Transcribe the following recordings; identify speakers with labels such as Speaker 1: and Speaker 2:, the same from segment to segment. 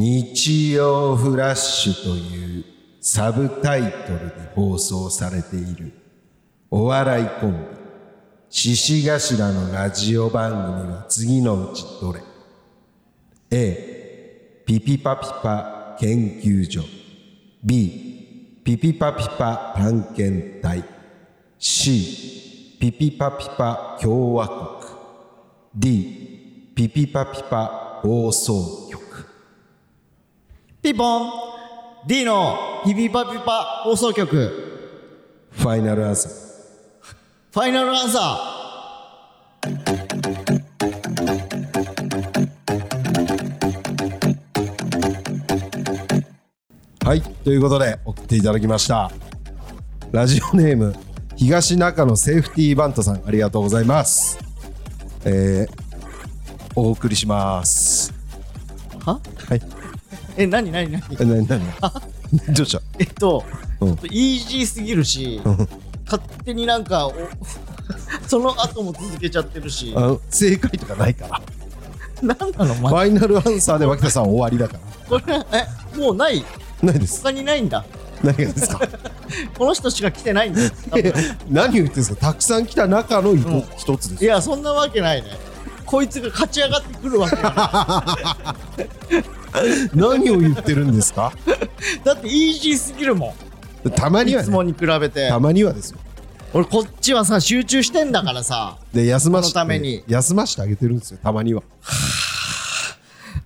Speaker 1: 日曜フラッシュというサブタイトルで放送されているお笑いコンビ獅子頭のラジオ番組は次のうちどれ A ピピパピパ研究所 B ピピパピパ探検隊 C ピピパピパ共和国 D ピピパピパ放送局
Speaker 2: ピンポン D のピピパピパ放送局
Speaker 1: ファイナルアンサー
Speaker 2: ファイナルアンサ
Speaker 1: はい、ということで送っていただきましたラジオネーム東中野セーフティーバントさんありがとうございますえー、お送りします
Speaker 2: ーは
Speaker 1: はい
Speaker 2: え、なになになに
Speaker 1: えなになに どうした
Speaker 2: えっと、
Speaker 1: うん
Speaker 2: ちょっとイージーすぎるし、
Speaker 1: ん
Speaker 2: 勝手になんかお その後も続けちゃってるし
Speaker 1: あの正解とかないから
Speaker 2: なんなの
Speaker 1: フ
Speaker 2: マ
Speaker 1: ァイナルアンサーで脇田さん終わりだか
Speaker 2: ジこれえもうない
Speaker 1: らないです
Speaker 2: 他にないんだ
Speaker 1: 何がですか
Speaker 2: この人しか来てないんだよ多分
Speaker 1: 何を言ってるんですかたくさん来た中の一
Speaker 2: うん
Speaker 1: 一つです
Speaker 2: いやそんなわけないねこいつが勝ち上がってくるわけがな
Speaker 1: 何を言ってるんですか
Speaker 2: いだってイージーすぎるも
Speaker 1: たま
Speaker 2: ん
Speaker 1: に
Speaker 2: い
Speaker 1: は、
Speaker 2: つ
Speaker 1: ね、
Speaker 2: もに比べて
Speaker 1: たまにはですよ
Speaker 2: 俺こっちはさ集中してんだからさ
Speaker 1: で休まして
Speaker 2: このために
Speaker 1: 休ましてあげてるんですよたまに は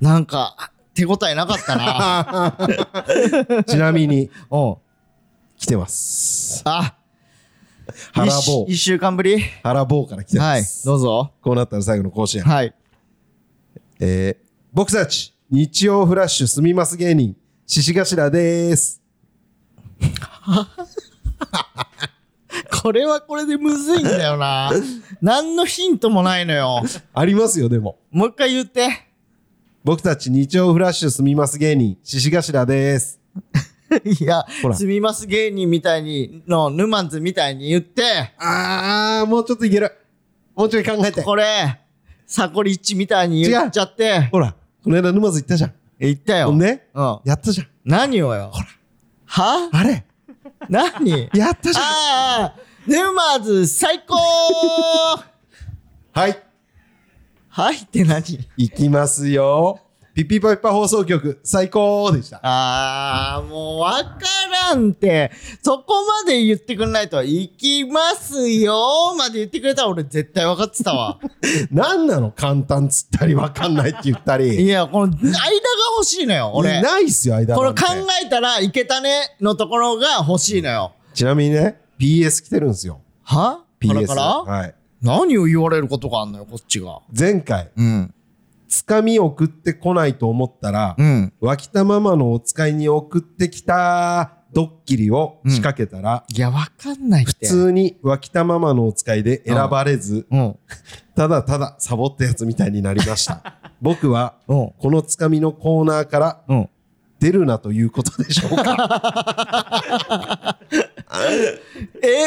Speaker 2: なんか手応えなかったな
Speaker 1: ちなみに
Speaker 2: うん
Speaker 1: 来てます。
Speaker 2: あ
Speaker 1: 腹
Speaker 2: 一
Speaker 1: 棒
Speaker 2: 週一週間ぶり
Speaker 1: 腹棒から来てま
Speaker 2: はい
Speaker 1: す。
Speaker 2: どうぞ
Speaker 1: こうなったら最後の甲子園。
Speaker 2: はい
Speaker 1: えー、僕たち、日曜フラッシュすみます芸人、獅子頭でーす。
Speaker 2: これはこれでむずいんだよな。何のヒントもないのよ。
Speaker 1: ありますよ、でも。
Speaker 2: もう一回言って。
Speaker 1: 僕たち、日曜フラッシュすみます芸人、獅子頭でーす。
Speaker 2: いや
Speaker 1: ほ、ら
Speaker 2: すみます芸人みたいに、の、ヌマンズみたいに言って、
Speaker 1: あー、もうちょっといける。もうちょい考えて。
Speaker 2: これ、サコリッチみたいに言っちゃって、
Speaker 1: ほら、この間沼津行ったじゃん。
Speaker 2: 言った
Speaker 1: ほ
Speaker 2: よ。
Speaker 1: んで、
Speaker 2: うん。
Speaker 1: やったじゃん。
Speaker 2: 何をよ。は
Speaker 1: あれ
Speaker 2: 何
Speaker 1: やったじゃん。
Speaker 2: ああ、ヌマンズ最高
Speaker 1: はい。
Speaker 2: はいって何
Speaker 1: 行きますよ。ピピパピパ放送局、最高でした。
Speaker 2: ああ、もうわからんって。そこまで言ってくんないと、行きますよーまで言ってくれたら俺絶対分かってた わ。
Speaker 1: なんなの簡単つったり、わかんないって言ったり。
Speaker 2: いや、この間が欲しいのよ、俺。
Speaker 1: ないっすよ、間
Speaker 2: こ
Speaker 1: な
Speaker 2: の
Speaker 1: ん
Speaker 2: 考
Speaker 1: て
Speaker 2: えたらいけたねのところが欲しいのよ。
Speaker 1: ちなみにね、PS 来てるんですよ。
Speaker 2: は
Speaker 1: PS。
Speaker 2: からから
Speaker 1: はい。
Speaker 2: 何を言われることがあんのよ、こっちが。
Speaker 1: 前回、
Speaker 2: うん。
Speaker 1: つかみ送ってこないと思ったら、
Speaker 2: うん。
Speaker 1: 脇田ママのお使いに送ってきたドッキリを仕掛けたら、
Speaker 2: いや、わかんないって。
Speaker 1: 普。通に脇田ママのお使いで選ばれず、
Speaker 2: うん。
Speaker 1: ただただサボったやつみたいになりま した。僕は、
Speaker 2: うん。
Speaker 1: このつかみのコーナーから
Speaker 2: うん。
Speaker 1: 出るなということでしょう か。
Speaker 2: え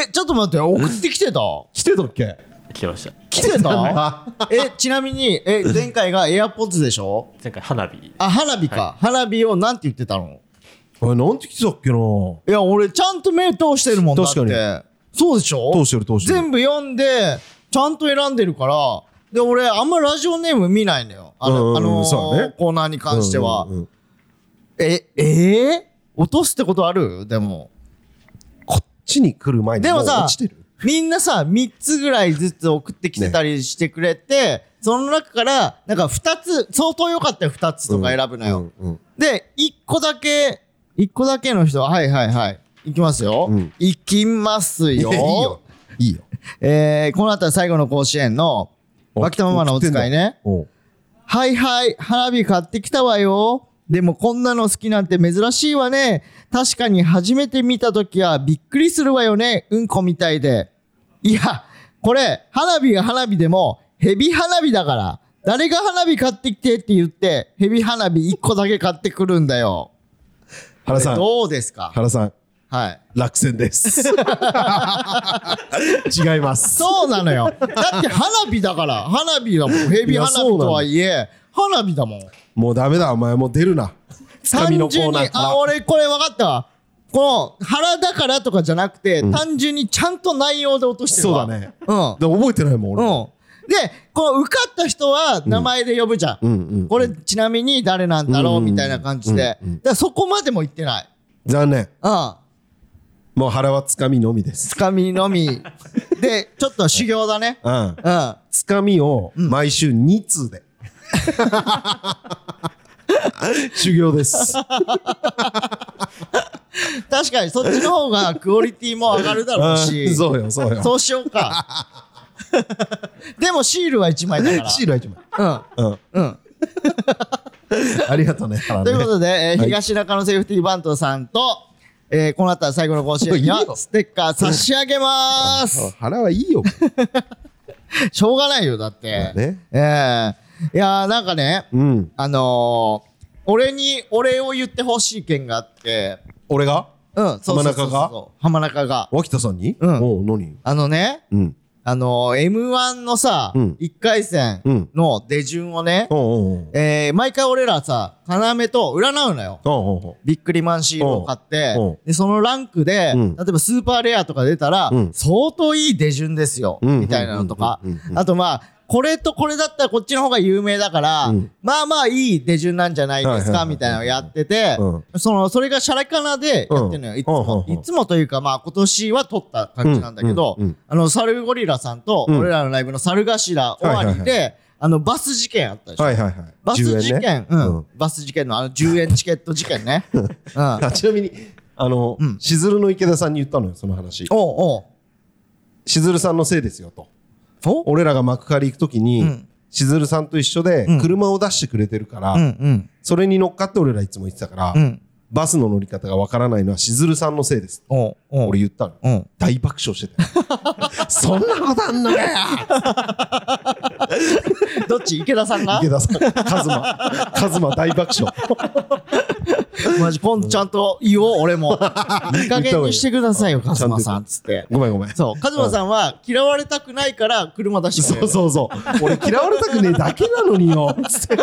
Speaker 2: ーちょっと待って、送ってきてた
Speaker 1: 来てたっけ
Speaker 3: 来てました
Speaker 2: 来てた
Speaker 1: あ
Speaker 2: え、ちなみに、え、前回が AirPods でしょ
Speaker 3: 前回花火
Speaker 2: あ、花火か。花火をなんて言ってたの
Speaker 1: れ、なんて来てたっけない
Speaker 2: や、俺、ちゃんと目通してるもんだって。
Speaker 1: 確
Speaker 2: そうでしょ
Speaker 1: 通してる通してる
Speaker 2: 全部読んで、ちゃんと選んでるから、で、俺、あんまラジオネーム見ないのよ。あ
Speaker 1: うんうんう
Speaker 2: の、
Speaker 1: ん
Speaker 2: あの
Speaker 1: そうだね
Speaker 2: コーナーに関しては。
Speaker 1: うんうんうん
Speaker 2: え、えー落とすってことあるでも。
Speaker 1: こっちに来る前に
Speaker 2: でも
Speaker 1: う
Speaker 2: さ
Speaker 1: 落ちてる
Speaker 2: みんなさ、3つぐらいずつ送ってきてたりしてくれて、その中から、なんか2つ、相当良かったよ、2つとか選ぶのよ。
Speaker 1: うんうん
Speaker 2: で、一個だけ、一個だけの人は、はいはいはい。いきますよ。
Speaker 1: うん
Speaker 2: いきま す
Speaker 1: いや
Speaker 2: よ。
Speaker 1: いいよ。いいよ。
Speaker 2: えー、この後は最後の甲子園の、 脇田ママのお使いね。
Speaker 1: おう。
Speaker 2: はいはい、花火買ってきたわよ。でもこんなの好きなんて珍しいわね。確かに初めて見た時はびっくりするわよね。うんこみたいで。いや、これ、花火が花火でも、ヘビ花火だから。誰が花火買ってきてって言って、ヘビ花火一個だけ買ってくるんだよ。
Speaker 1: 原さん、
Speaker 2: どうですか
Speaker 1: 原さん、
Speaker 2: はい。
Speaker 1: 落選です。違 います。
Speaker 2: そうなのよ。だって花火だから、花火だもん。ヘビ花火とはいえ、花火だもん。
Speaker 1: もうダメだ、お前もう出るな。つかみの
Speaker 2: 単
Speaker 1: コー
Speaker 2: 純に
Speaker 1: ナー、から
Speaker 2: あ、俺これ分かったわ。この腹だからとかじゃなくて、単純にちゃんと内容で落としてる
Speaker 1: そう
Speaker 2: わ。
Speaker 1: だね。
Speaker 2: うん。
Speaker 1: で覚えてないもん、俺。
Speaker 2: うん。で、この受かった人は名前で呼ぶじゃん。
Speaker 1: うんうん
Speaker 2: これちなみに誰なんだろう
Speaker 1: うん
Speaker 2: みたいな感じで。
Speaker 1: うんうん
Speaker 2: だからそこまでも言ってない。
Speaker 1: 残念。
Speaker 2: うん。
Speaker 1: もう腹はつかみのみです。
Speaker 2: つかみのみ。で、ちょっと修行だね。
Speaker 1: うん。
Speaker 2: うん。
Speaker 1: つかみを毎週2通 で。修行です。
Speaker 2: 確かにそっちの方がクオリティも上がるだろう
Speaker 1: う
Speaker 2: し。
Speaker 1: んそうよ、そうよ。
Speaker 2: そうしようか。でもシールは1枚だから。
Speaker 1: シールは一枚。うん。
Speaker 2: うん。うん。
Speaker 1: ありがとうね、原ね
Speaker 2: ということで、えー
Speaker 1: はい
Speaker 2: 東中野セーフティーバントさんと、えーこの後は最後の甲子園に
Speaker 1: いいよ
Speaker 2: はステッカー差し上げま
Speaker 1: あ
Speaker 2: す。
Speaker 1: 腹はいいよ。
Speaker 2: しょうがないよ、だっ
Speaker 1: ね
Speaker 2: て。ええいやー、なんかね、
Speaker 1: うん。
Speaker 2: あのー、俺にお礼を言ってほしい件があって、
Speaker 1: 俺が
Speaker 2: うん、そうそうそうそう
Speaker 1: 浜中
Speaker 2: 浜中が。
Speaker 1: 脇田さんに
Speaker 2: うん
Speaker 1: おう、何
Speaker 2: あのね、
Speaker 1: うん。
Speaker 2: あのー、M1 のさ、
Speaker 1: うん
Speaker 2: 一1回戦
Speaker 1: うん
Speaker 2: の出順をね、
Speaker 1: おうおうおう。
Speaker 2: えー毎回俺らさ、要と占うのよ。
Speaker 1: おうおうおう。
Speaker 2: ビックリマンシールを買って
Speaker 1: うんうん、
Speaker 2: で、そのランクで、
Speaker 1: うん
Speaker 2: 例えばスーパーレアとか出たら、
Speaker 1: うん
Speaker 2: 相当いい出順ですよ、
Speaker 1: うん
Speaker 2: みたいなのとか
Speaker 1: うんうんうんう。ん
Speaker 2: あとまあ、これとこれだったらこっちの方が有名だから、
Speaker 1: うん
Speaker 2: まあまあいい出順なんじゃないです
Speaker 1: はいはいはいは
Speaker 2: か、
Speaker 1: い
Speaker 2: みたいなのをやってて、
Speaker 1: う
Speaker 2: その、それがシャラカナでやってるのよ、
Speaker 1: うん
Speaker 2: いつも。
Speaker 1: うんうんうん
Speaker 2: いつもというかまあ今年は撮った感じなんだけど、
Speaker 1: うんうんうん
Speaker 2: あの、サルゴリラさんと、
Speaker 1: うん
Speaker 2: 俺らのライブのサル頭終わりで、
Speaker 1: はいは
Speaker 2: あの、バス事件あったでしょ。
Speaker 1: はいはいはい。
Speaker 2: バス事
Speaker 1: 10
Speaker 2: 件、
Speaker 1: 円ね
Speaker 2: うん、
Speaker 1: うん
Speaker 2: バス事件のあの10円チケット事件 ね。うん。おう
Speaker 1: あちなみに、あの、しずるの池田さんに言ったのよ、その話。
Speaker 2: おう
Speaker 1: しずるさんのせいですよ、と。
Speaker 2: お
Speaker 1: 俺らが幕張行くときに、
Speaker 2: うん
Speaker 1: しずるさんと一緒で
Speaker 2: うん
Speaker 1: 車を出してくれてるから、
Speaker 2: うんうん
Speaker 1: それに乗っかって俺らいつも言ってたから、
Speaker 2: うん。
Speaker 1: バスの乗り方がわからないのはしずるさんのせいです。
Speaker 2: おうおう
Speaker 1: 俺言ったの。
Speaker 2: うん。
Speaker 1: 大爆笑して たよそんなことあんのかよ
Speaker 2: どっち池田さんが
Speaker 1: 池田さん、カズマ、カズマ大爆笑。
Speaker 2: マジ、今度ちゃんと言おう、俺 も。いい加減にしてくださいよ、カズマさん。つって。
Speaker 1: ごめんごめん。
Speaker 2: そう、カズマさんは嫌われたくないから車出してく
Speaker 1: そ
Speaker 2: れ
Speaker 1: う
Speaker 2: る。
Speaker 1: そうそう。俺嫌われたくねえだけなのによ。つって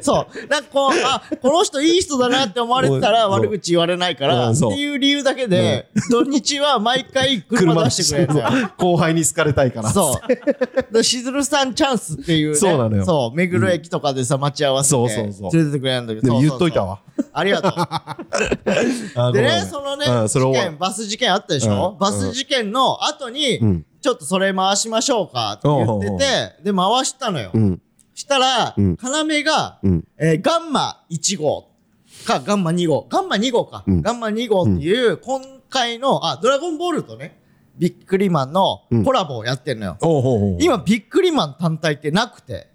Speaker 2: そう。なんかこう、あ、この人いい人だなって思われてたら
Speaker 1: そう
Speaker 2: 悪口言われないか
Speaker 1: う
Speaker 2: ら、っ
Speaker 1: ん
Speaker 2: て
Speaker 1: そう
Speaker 2: いう理由だけで、土日は毎回車出してくれるんだよ。
Speaker 1: そう後輩に好かれたいから。
Speaker 2: そう。だからしずるさんチャンスっていうね。
Speaker 1: そうなのよ
Speaker 2: そう。目黒駅とかでさ、待ち合わせて。
Speaker 1: そうそうそう
Speaker 2: 連れてってくれるんだけど。
Speaker 1: でも
Speaker 2: そう
Speaker 1: 言
Speaker 2: そ
Speaker 1: っ
Speaker 2: うそ
Speaker 1: と
Speaker 2: う
Speaker 1: いた。わ。
Speaker 2: あり がとう。
Speaker 1: あごめんご
Speaker 2: でね、
Speaker 1: めん
Speaker 2: そのね
Speaker 1: う、んそれ
Speaker 2: 事
Speaker 1: 終わ
Speaker 2: 件、バス事件あったでしょ
Speaker 1: うん
Speaker 2: バス事件の後
Speaker 1: う
Speaker 2: に
Speaker 1: ん、
Speaker 2: ちょっとそれ回しましょうかって言
Speaker 1: おうおうお
Speaker 2: っ
Speaker 1: う
Speaker 2: てて、で、回したのよ
Speaker 1: う。ん。
Speaker 2: したら、
Speaker 1: うん
Speaker 2: 要が
Speaker 1: うん、
Speaker 2: えーガンマ1号か、ガンマ2号。ガンマ2号か。
Speaker 1: うん
Speaker 2: ガンマ2号っていう、今回の、あ、ドラゴンボールとね、ビックリマンの
Speaker 1: うん
Speaker 2: コラボをやってんのよ。
Speaker 1: おうおうおう
Speaker 2: 今、ビックリマン単体ってなくて。
Speaker 1: へ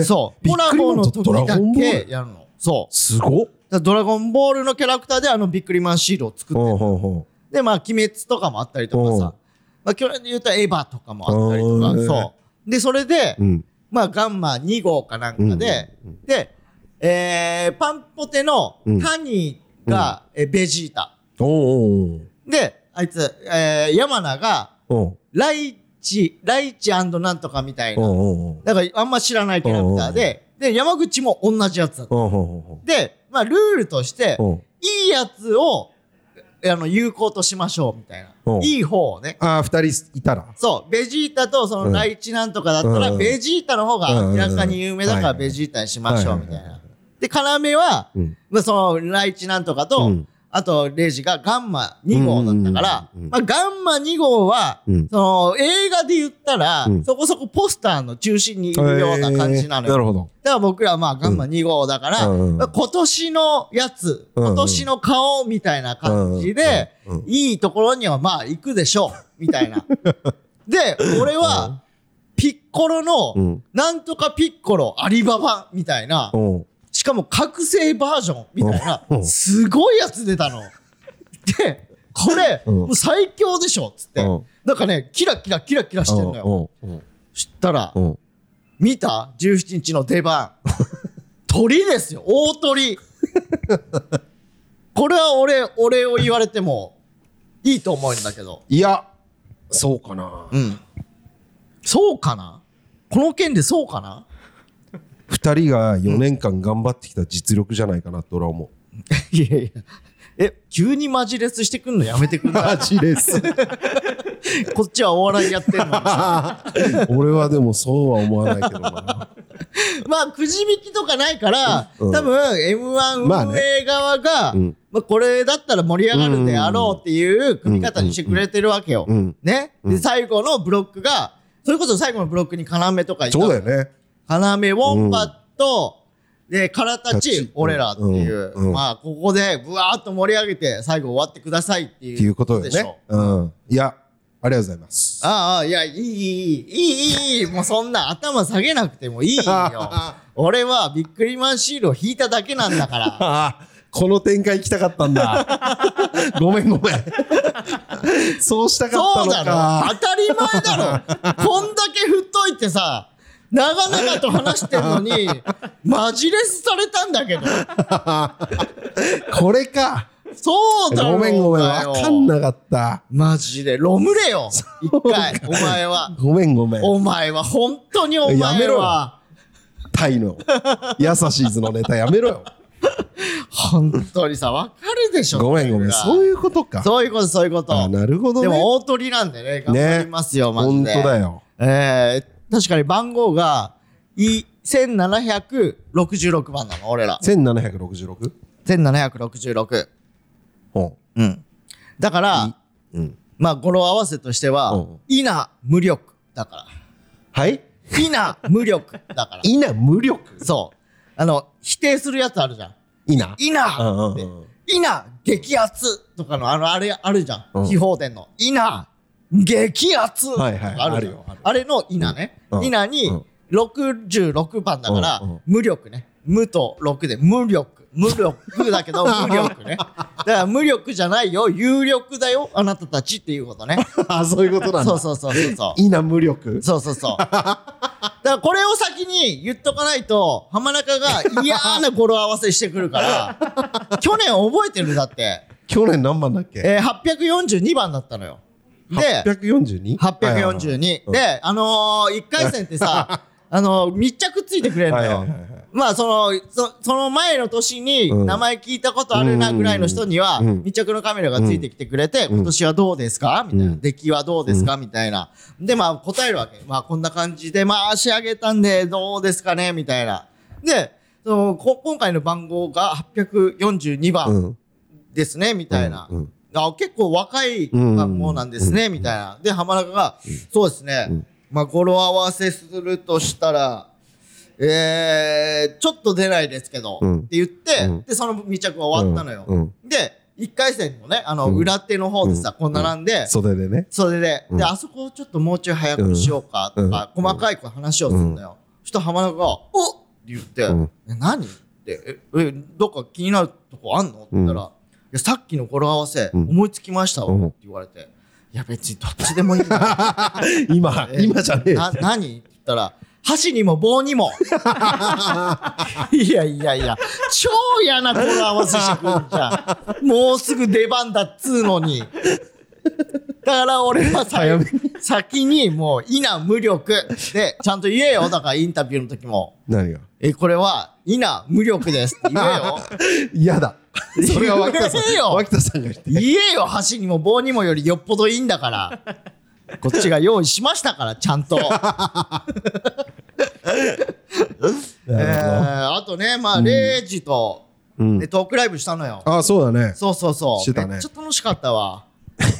Speaker 1: え。
Speaker 2: そう。
Speaker 1: ビ
Speaker 2: コラ
Speaker 1: ックリマ
Speaker 2: ボ
Speaker 1: ン
Speaker 2: の
Speaker 1: と
Speaker 2: 時
Speaker 1: ドラ
Speaker 2: だ
Speaker 1: ゴンボール
Speaker 2: けやるの。そう。
Speaker 1: すごっ。
Speaker 2: だからドラゴンボールのキャラクターであのビックリマンシールを作って
Speaker 1: おう
Speaker 2: る。
Speaker 1: おうおう
Speaker 2: で、まあ、鬼滅とかもあったりとか
Speaker 1: うん
Speaker 2: さ。まあ、去年で言うとエヴァとかもあったりと
Speaker 1: あ
Speaker 2: か。
Speaker 1: ー
Speaker 2: そう。で、それで
Speaker 1: う、ん。
Speaker 2: まあ、ガンマ2号かなんかで、で、えー、パンポテの
Speaker 1: うん
Speaker 2: タニーが、えーベジータ。
Speaker 1: おうおう
Speaker 2: で、あいつ、えー、ヤマナが、
Speaker 1: おう
Speaker 2: ライチ、ライチなんとかみたい
Speaker 1: おう
Speaker 2: な。
Speaker 1: おう
Speaker 2: だから、あんま知らないキャラクターで、で、山口も同じやつだった。
Speaker 1: おうおうおう
Speaker 2: で、まあ、ルールとして
Speaker 1: おう、おう
Speaker 2: いいやつを、あの、有効としましょう、みたいな
Speaker 1: う。ん
Speaker 2: いい方をね。
Speaker 1: ああ、二人いたら。
Speaker 2: そう、ベジータとその
Speaker 1: うん
Speaker 2: ライチなんとかだったら、
Speaker 1: うん
Speaker 2: ベジータの方が明らかに有名だから、
Speaker 1: うんうんうん
Speaker 2: ベジータにしましょう、
Speaker 1: はい
Speaker 2: み
Speaker 1: はい
Speaker 2: た
Speaker 1: はいい
Speaker 2: な。で、要は、
Speaker 1: うん
Speaker 2: まあ、その、ライチなんとかと、
Speaker 1: うん
Speaker 2: あと、レイジがガンマ2号だったから、
Speaker 1: うんうんうんうん
Speaker 2: まあ、ガンマ2号は、
Speaker 1: うん
Speaker 2: その、映画で言ったら、
Speaker 1: うん
Speaker 2: そこそこポスターの中心にいるような感じなのよ。
Speaker 1: えーなるほど。
Speaker 2: だから僕らはまあガンマ2号だから、
Speaker 1: うんうん
Speaker 2: まあ今年のやつ、
Speaker 1: うんうん
Speaker 2: 今年の顔みたいな感じで、
Speaker 1: うんうんうん
Speaker 2: いいところにはまあ行く でしょう、みたいな。で、俺は、ピッコロ
Speaker 1: う
Speaker 2: の
Speaker 1: ん、
Speaker 2: なんとかピッコロアリババみたいな、
Speaker 1: おう
Speaker 2: しかも覚醒バージョンみたい
Speaker 1: うん
Speaker 2: な、
Speaker 1: うん
Speaker 2: すごいやつ出たの。で、これ、
Speaker 1: うん
Speaker 2: もう最強でしょ、つって
Speaker 1: うん。
Speaker 2: なんかね、キラキラキラキラしてんのよ。
Speaker 1: おうおう
Speaker 2: 知ったら、
Speaker 1: おう
Speaker 2: 見た ?17 日の出 番。鳥ですよ、大 鳥。これは俺、俺を言われてもいいと思うんだけど。
Speaker 1: いや、そうかな。
Speaker 2: うん。そうかなこの件でそうかな
Speaker 1: 2人が4年間頑張ってきた実力じゃないかなと俺は思う。
Speaker 2: いやいや。え、急にマジレスしてくんのやめてくんな
Speaker 1: マジです。
Speaker 2: いこっちはお笑いやってんのに。まあ、
Speaker 1: 俺はでもそうは思わないけどな。
Speaker 2: くじ引きとかないから、
Speaker 1: うん
Speaker 2: 多分 M1
Speaker 1: まあね
Speaker 2: 運営側が、
Speaker 1: うん
Speaker 2: まあ、これだったら盛り上がるであろうっていう組み方にしてくれてるわけよ。
Speaker 1: うん。
Speaker 2: ね。
Speaker 1: う
Speaker 2: で、
Speaker 1: ん
Speaker 2: 最後のブロックが、それこそ最後のブロックに要とかいた
Speaker 1: そうだよね。
Speaker 2: 花芽ウォンバット、で、からた
Speaker 1: た
Speaker 2: ち
Speaker 1: ち、
Speaker 2: 俺らっていう、
Speaker 1: うんうん
Speaker 2: まあ、ここで、ぶわーっと盛り上げて、最後終わってくださいっていう。
Speaker 1: っていうことで
Speaker 2: でし
Speaker 1: ね
Speaker 2: ょ。
Speaker 1: うん。いや、ありがとうございます。
Speaker 2: ああ、いや、いい、いい、いい、いい、もうそんな頭下げなくて もいいよ。俺はビックリマンシールを引いただけなんだから。
Speaker 1: ああ、この展開行きたかったんだ。 ごめんごめん。 そうしたかった
Speaker 2: そう
Speaker 1: の
Speaker 2: だろ
Speaker 1: か。
Speaker 2: 当たり前だ ろこんだけ振っといてさ、長々と話してんのに、マジレスされたんだけど。
Speaker 1: これか。
Speaker 2: そうだろ
Speaker 1: ごめんごめん。
Speaker 2: お前よ
Speaker 1: わかんなかった。
Speaker 2: マジで、ロムれよ一回、お前は。
Speaker 1: ごめんごめん。
Speaker 2: お前は、本当にお前は。
Speaker 1: やめろよタイの。優しいズのネタやめろよ。
Speaker 2: 本当にさ、わかるでしょ
Speaker 1: ごめんごめん。そう
Speaker 2: う。
Speaker 1: いうことか。
Speaker 2: そういうこと、そういうこと。
Speaker 1: あなるほどね。
Speaker 2: でも大鳥なんでね、頑張りますよ、マジ
Speaker 1: 本当
Speaker 2: で。
Speaker 1: だよ。
Speaker 2: えー、確かに番号が、い、1766番なの、俺ら。
Speaker 1: 1766?
Speaker 2: 1766。
Speaker 1: うん。
Speaker 2: うん。だから、
Speaker 1: うん。
Speaker 2: まあ、語呂合わせとして
Speaker 1: う
Speaker 2: は
Speaker 1: ん、
Speaker 2: いな無力だか
Speaker 1: はい
Speaker 2: ら。いな無力 だから。
Speaker 1: いな、無力。
Speaker 2: そう。あの、否定するやつあるじゃん。
Speaker 1: いいな。
Speaker 2: い
Speaker 1: うん
Speaker 2: な
Speaker 1: う
Speaker 2: っ
Speaker 1: ん
Speaker 2: て
Speaker 1: うん。
Speaker 2: いな激圧とかの、あの、あれあるじゃ。
Speaker 1: うんん
Speaker 2: 秘宝殿の。いな激圧とか
Speaker 1: はいはい
Speaker 2: あ
Speaker 1: ある
Speaker 2: るじゃん
Speaker 1: よある
Speaker 2: あれのいなね
Speaker 1: う。ん
Speaker 2: いなに
Speaker 1: うん
Speaker 2: 66番だから
Speaker 1: うんうん、
Speaker 2: 無力ね。無と6で、無力。無力だ けど、無力ね。だから無力じゃないよ。有力だよ。あなたたちってい うことね。
Speaker 1: あ、そういうことなんだ。
Speaker 2: そうそうそうそうそう。
Speaker 1: いな、無力。
Speaker 2: そうそうそう。だからこれを先に言っとかないと、浜中が嫌な語呂合わせしてく るから、去年覚えてるだって、
Speaker 1: 去年何番だっけ
Speaker 2: えー、842番だったのよ。で、
Speaker 1: 842?
Speaker 2: 842。
Speaker 1: はい
Speaker 2: で、あのー、1回戦って さ、あのー密着ついてくれるの
Speaker 1: はいはい
Speaker 2: よ
Speaker 1: はいはいはいはいはい。
Speaker 2: まあ、その、そその前の年に
Speaker 1: うん
Speaker 2: 名前聞いたことあるなぐらいの人には、
Speaker 1: うん
Speaker 2: 密着のカメラがついてきてくれて、今年はどうですかみたいな。
Speaker 1: うん
Speaker 2: 出来はどうですかみたいな。で、まあ、答えるわけ。まあ、こんな感じで、まあ、仕上げたんで、どうですかねみたいな。で、そのこ今回の番号が842
Speaker 1: う
Speaker 2: 番
Speaker 1: ん。
Speaker 2: ですね、みたいな。
Speaker 1: うんうん
Speaker 2: あ結構若い番号なんですね、みたいな。で、浜中が、そうですね、まあ、語呂合わせするとしたら、えー、ちょっと出ないですけど、
Speaker 1: うん
Speaker 2: って言って、
Speaker 1: うん
Speaker 2: で、その密着が終わったのよ。
Speaker 1: うん
Speaker 2: で、1回戦のね、あの、裏手の方でさ、こんななんで、
Speaker 1: 袖で ね。
Speaker 2: それで、
Speaker 1: ん
Speaker 2: で、あそこをちょっともうちょい早くしようかとか、
Speaker 1: うん
Speaker 2: 細かいこう話をするんだよ。そしたら浜中が、おっって言って、
Speaker 1: うん
Speaker 2: え何って、え、えどっか気になるとこあんのって言ったら、いや、さっきの語呂合わせ、
Speaker 1: ん
Speaker 2: 思いつきましたわ、
Speaker 1: うん
Speaker 2: って言われて、いや、別にどっちでもいいんだよ
Speaker 1: 今、
Speaker 2: え
Speaker 1: 今じゃねえ。
Speaker 2: な何って言ったら、箸にも棒 にも。いやいやいや、超嫌な語呂合わせしてくんじゃん。もうすぐ出番だっつうのに。だから俺はさ
Speaker 1: 早め
Speaker 2: 先にもう、いな無力で、ちゃんと言えよ。だからインタビューの時も、
Speaker 1: 何が
Speaker 2: え、これは、いな無力ですって言 えよ。
Speaker 1: 嫌 だ。それは脇田さ
Speaker 2: 言えよ
Speaker 1: ん。 脇田さんが言って。
Speaker 2: 言えよ、箸にも棒にもよりよっぽどいいんだから。こっちが用意しましたから、ちゃんと。 えー、
Speaker 1: なる
Speaker 2: あとね、まあ、0時と、
Speaker 1: ほどうん
Speaker 2: でトークライブしたのよ。
Speaker 1: あ、そうだね。
Speaker 2: そうそうそう。
Speaker 1: してたね
Speaker 2: めっちゃ楽しかったわ。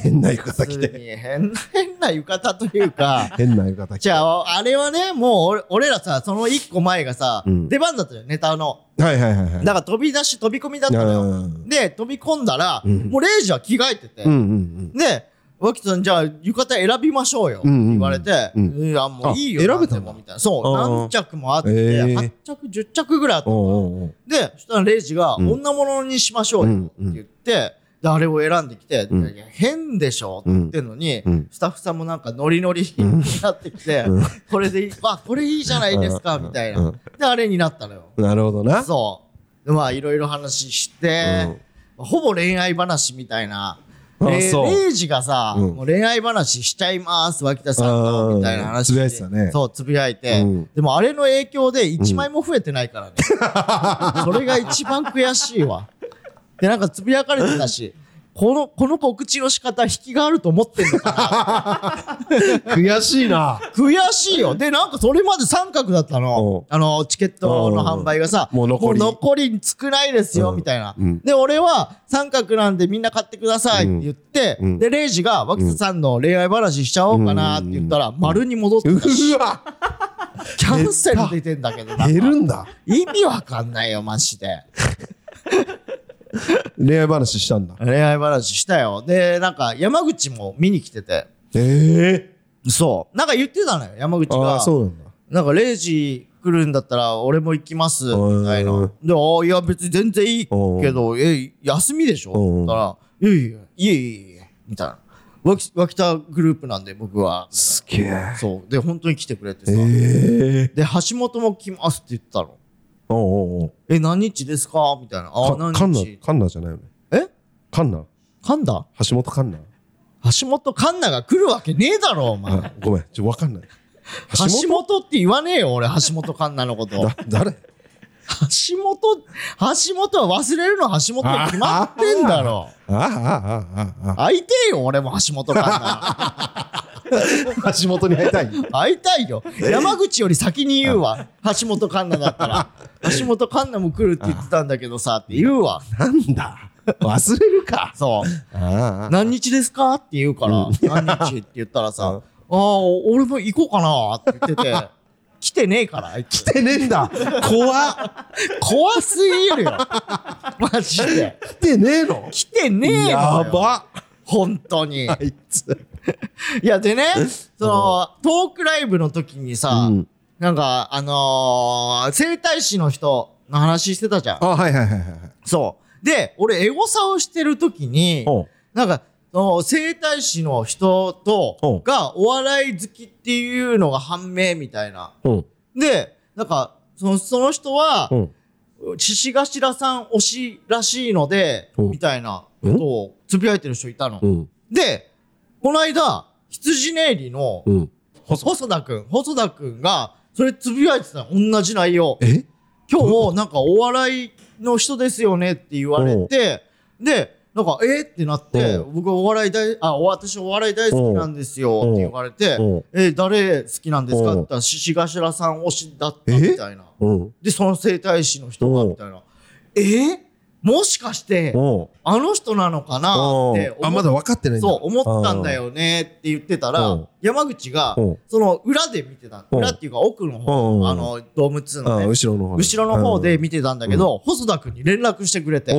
Speaker 1: 変な浴衣
Speaker 2: 普
Speaker 1: 着
Speaker 2: 通
Speaker 1: て。
Speaker 2: に変 な、変な浴衣とい うか。
Speaker 1: 変な浴衣着
Speaker 2: じ
Speaker 1: て。
Speaker 2: ゃあ、あれはね、もう俺俺らさ、その一個前がさ、
Speaker 1: うん
Speaker 2: 出番だったよ、ネタの。
Speaker 1: はいはいはいはい。
Speaker 2: だから飛び出し、飛び込みだったのよ。
Speaker 1: うん
Speaker 2: で、飛び込んだら、
Speaker 1: ん
Speaker 2: もう0時は着替えてて。
Speaker 1: うんうん
Speaker 2: で、脇田さん、じゃあ、浴衣選びましょうよ。
Speaker 1: うんうんうん
Speaker 2: 言われて、
Speaker 1: う
Speaker 2: いや、もういいよ。
Speaker 1: あ選べた
Speaker 2: なん
Speaker 1: の
Speaker 2: でもみたいな。そう、
Speaker 1: あー
Speaker 2: 何着もあって、
Speaker 1: へー
Speaker 2: 8着、10着ぐらいあった
Speaker 1: うん。
Speaker 2: の
Speaker 1: おうおうおう
Speaker 2: で、そしたらレイジが、
Speaker 1: うん
Speaker 2: 女物にしましょうよって言って、で、あれを選んできて、
Speaker 1: うん
Speaker 2: いや変でしょって言ってんのに、
Speaker 1: うん
Speaker 2: スタッフさんもなんかノリノリになってきて、これでいい、あ、これいいじゃないですか、
Speaker 1: うん。
Speaker 2: みたいうなんで、あれになったのよ。
Speaker 1: なるほどな。
Speaker 2: そう。でまあ、いろいろ話して、ほぼ恋愛話みたいな
Speaker 4: あ
Speaker 2: えー
Speaker 4: そう
Speaker 2: レイジがさ、
Speaker 4: うん
Speaker 2: もう恋愛話しちゃいます、脇田さんと、みたいな話
Speaker 4: あーつぶやいてたね
Speaker 2: そう、つぶやいて。
Speaker 4: うん
Speaker 2: でもあれの影響で1枚も増えてないからね。 それが一番悔しいわ。で、なんかつぶやかれてたし、この、この告知の仕方、引きがあると思ってんのか
Speaker 1: 悔しいな。
Speaker 2: な悔しいよ。で、なんかそれまで三角だったの。あの、チケットの販売がさ、
Speaker 1: うんもう残り
Speaker 2: 残り少ないですよ、
Speaker 4: うん
Speaker 2: みたいな。
Speaker 4: うん
Speaker 2: で、俺は三角なんでみんな買ってくださいって言って、
Speaker 4: うん
Speaker 2: で、レイジが脇田さんの恋愛話しちゃおうかなって言ったら、丸に戻ってた し、
Speaker 1: うわ
Speaker 2: キャンセル出てんだけどな、
Speaker 1: 減るんだ。
Speaker 2: 意味わかんないよ、マジで。
Speaker 1: 恋愛話したんだ。
Speaker 2: 恋愛話したよ。で、なんか山口も見に来てて。
Speaker 1: え
Speaker 2: そう。なんか言ってたのよ、山
Speaker 1: え。あ
Speaker 2: 口
Speaker 1: あ、
Speaker 2: が。
Speaker 1: そうなんだ。
Speaker 2: なんか、0時来るんだったら、俺も行きます、みたい
Speaker 4: うん
Speaker 2: な。で、ああ、いや、別に全然いいけど、え、休みでしょって
Speaker 4: うん
Speaker 2: 言ったら、いやいや、いえいえいえ、みたいな。脇脇田グループなんで、僕は。
Speaker 4: すげえ。
Speaker 2: そう。で、本当に来てくれてさ。
Speaker 4: ええ。
Speaker 2: で、橋本も来ますって言ったの。
Speaker 4: おうおうおう。
Speaker 2: え、何日ですかみたいな。ああ、
Speaker 1: か
Speaker 2: 何
Speaker 1: カンナ、
Speaker 2: 日
Speaker 1: カンナじゃないよね。
Speaker 2: え
Speaker 1: カンナ
Speaker 2: 神田
Speaker 1: 橋本カンナ
Speaker 2: 橋本環奈が来るわけねえだろ、お前。
Speaker 1: あ、ごめん。ちょ、わかんない。
Speaker 2: 橋本って言わねえよ、俺、橋本環奈のこと。
Speaker 1: だ、誰
Speaker 2: 橋本、橋本は忘れるの橋本に決まってんだろ。
Speaker 1: ああ、ああ、ああ、あ
Speaker 2: 会いてえよ、俺も橋本 か
Speaker 1: あ。橋本に会いたい。
Speaker 2: な。会いたいよ。山口より先に言うわ。橋本環奈だっ たら。橋本環奈も来るって言ってたんだけどさ、って言うわ。
Speaker 1: なんだ。忘れるか。
Speaker 2: そう。
Speaker 1: ああ、ああ。
Speaker 2: 何日ですかって言うから、何日って言った ら
Speaker 1: う
Speaker 2: さ
Speaker 1: ん、
Speaker 2: ああ、俺も行こうかなって言って て、来てねえから、あいつ
Speaker 1: 来てねえんだ。怖っ。
Speaker 2: 怖すぎるよ。マジで。
Speaker 1: 来てねえの。
Speaker 2: 来てねえのよ
Speaker 1: やば。
Speaker 2: 本当に。
Speaker 1: あいつ。
Speaker 2: いや、でね、その、トークライブの時にさ、
Speaker 1: うん
Speaker 2: なんか、あのー、整体師の人の話してたじゃん。
Speaker 1: あ、はいはいはいはい。
Speaker 2: そう。で、俺、エゴサをしてる時に、
Speaker 1: おう
Speaker 2: なんか、その整体師の人
Speaker 1: お
Speaker 2: と
Speaker 1: う、
Speaker 2: が、お笑い好きっていうのが判明みたいな。
Speaker 1: うん。
Speaker 2: で、なんか、そのその人は
Speaker 1: う、ん。
Speaker 2: 獅子頭さん推しらしいので、
Speaker 1: おう
Speaker 2: みたいなことをつぶやいてる人いたの。
Speaker 1: うん。
Speaker 2: で、この間、羊ネイリの、
Speaker 1: うん。
Speaker 2: 細田くん、細田くんが、それつぶやいてたの、同じ内容。
Speaker 1: え
Speaker 2: 今日、なんかお笑いの人ですよねって言われて、で、なんか、えーってなって、
Speaker 1: おう
Speaker 2: 僕お笑い大、あ、お私お笑い大好きなんですよって言われて
Speaker 1: おう、
Speaker 2: えー、誰好きなんです
Speaker 1: お
Speaker 2: かって
Speaker 1: う
Speaker 2: 言ったら、獅子頭さん推しだったみたいな。
Speaker 1: うん。
Speaker 2: で、その整体師の人が、
Speaker 1: おう
Speaker 2: みたいな。えーもしかして、
Speaker 1: おう
Speaker 2: あの人なのかなって思
Speaker 1: あ、まだ分かってないんだ。
Speaker 2: そう、思ったんだよねって言ってた
Speaker 1: う
Speaker 2: ら
Speaker 1: ん、
Speaker 2: 山口が
Speaker 1: うん、
Speaker 2: その裏で見てた。
Speaker 1: うん
Speaker 2: 裏っていうか奥の
Speaker 1: うんうんう
Speaker 2: 方、
Speaker 1: ん
Speaker 2: あの、ドーム2
Speaker 1: あ
Speaker 2: の
Speaker 1: あ
Speaker 2: ね、
Speaker 1: 後ろの方ね
Speaker 2: 後ろの方で見てたんだけど、細田くんに連絡してくれて。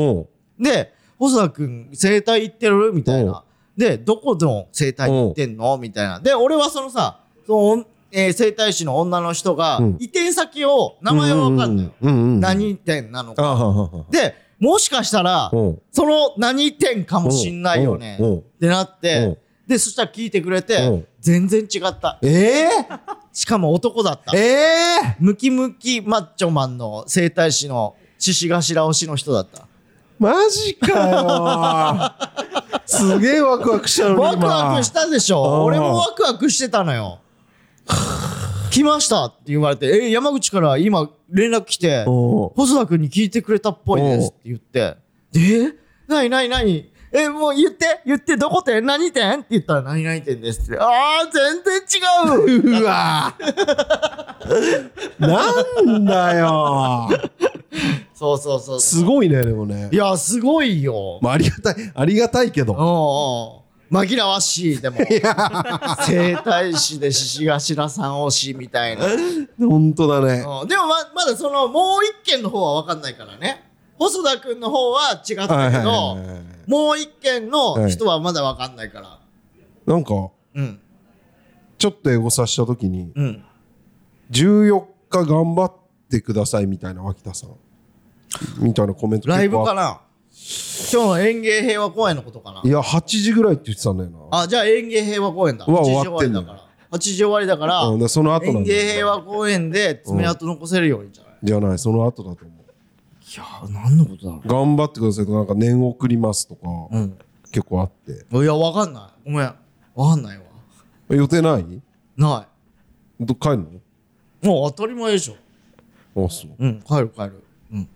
Speaker 2: で、細田くん、整体行ってるみたいな。で、どこの整体行ってんのみたいな。で、俺はそのさ、その、えー整体師の女の人が
Speaker 1: うん、
Speaker 2: 移転先を、名前はわかんない。
Speaker 1: うんうんうん、
Speaker 2: 何店なの
Speaker 1: あ
Speaker 2: か。
Speaker 1: あははは
Speaker 2: で、もしかしたら、
Speaker 1: うん
Speaker 2: その何店かもしんないよね。
Speaker 1: うんうん
Speaker 2: ってなって、
Speaker 1: うん
Speaker 2: で、そしたら聞いてくれ
Speaker 1: う
Speaker 2: て
Speaker 1: ん、
Speaker 2: 全然違った。
Speaker 1: ええ
Speaker 2: しかも男だった
Speaker 1: え。え
Speaker 2: ムキムキマッチョマンの整体師の獅子頭推しの人だった。
Speaker 1: マジかよすげえワクワクしたのに今
Speaker 2: ワクワクしたでし
Speaker 1: あ
Speaker 2: ょ
Speaker 1: ー
Speaker 2: 俺もワクワクしてた のよ。来ましたって言われて、え、山口から今連絡来て、
Speaker 1: おう
Speaker 2: 細田君に聞いてくれたっぽいですって言って、で、なになになにえ、もう言って、言って、どこ店何店って言ったら、何々店ですって。ああ、全 然違う
Speaker 1: うわなんだよ
Speaker 2: そうそうそう。
Speaker 1: すごいねでもね
Speaker 2: いや、すごいよ。
Speaker 1: まあ、ありがたいありがたいけど
Speaker 2: おうおう紛らわしい、でも。整体師で獅子頭さん推しみたいな。うん
Speaker 1: 本当だね
Speaker 2: でもま、まだその、もう一件の方は分かんないからね。細田君の方は違ったけど
Speaker 1: はいはいはいはい、
Speaker 2: もう一件の人はまだ分かんないから。
Speaker 1: なんか
Speaker 2: うん。
Speaker 1: ちょっとエゴサした時に
Speaker 2: うん。
Speaker 1: 14日頑張ってくださいみたいな脇田さんみたいなコメント結構あ
Speaker 2: ライブかな今日の園芸平和公園のことかない
Speaker 1: や8時ぐらいって言ってたんだよな
Speaker 2: あ、じゃあ園芸平和公園だ。
Speaker 1: うわ
Speaker 2: 8時
Speaker 1: 終わってん
Speaker 2: だ
Speaker 1: の
Speaker 2: から。8時終わりだから、
Speaker 1: うんでその後なんだ
Speaker 2: 園芸平和公園で爪痕残せるようにじゃない、
Speaker 1: じゃないその後だと思う
Speaker 2: いやー、何のことだろう。
Speaker 1: 頑張ってくださいとかなんか念送りますとか、
Speaker 2: うん。
Speaker 1: 結構あって
Speaker 2: いや、わかんない。ごめん。わかんないわ。
Speaker 1: 予定ない
Speaker 2: な
Speaker 1: ど帰る
Speaker 2: い。もう当たり前でしょ。
Speaker 1: のあそう
Speaker 2: うん、帰る帰る。うん。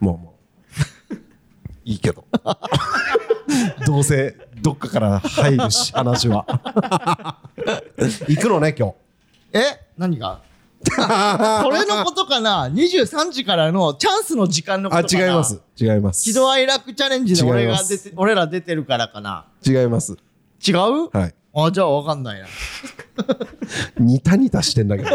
Speaker 1: まあまあ いいけど
Speaker 4: どうせどっかから入るし話は
Speaker 1: 行くのね今日
Speaker 2: え 何がそれのことかな ?23 時からのチャンスの時間のこ
Speaker 1: あ
Speaker 2: とかな
Speaker 1: 違いま。す違います
Speaker 2: 喜怒哀楽チャレンジで俺
Speaker 1: 違いま
Speaker 2: が
Speaker 1: す
Speaker 2: 出て、俺ら出てるからかな。
Speaker 1: 違います
Speaker 2: 違う
Speaker 1: はい
Speaker 2: あ、じゃあわかんないな。
Speaker 1: ニタニタしてんだけ ど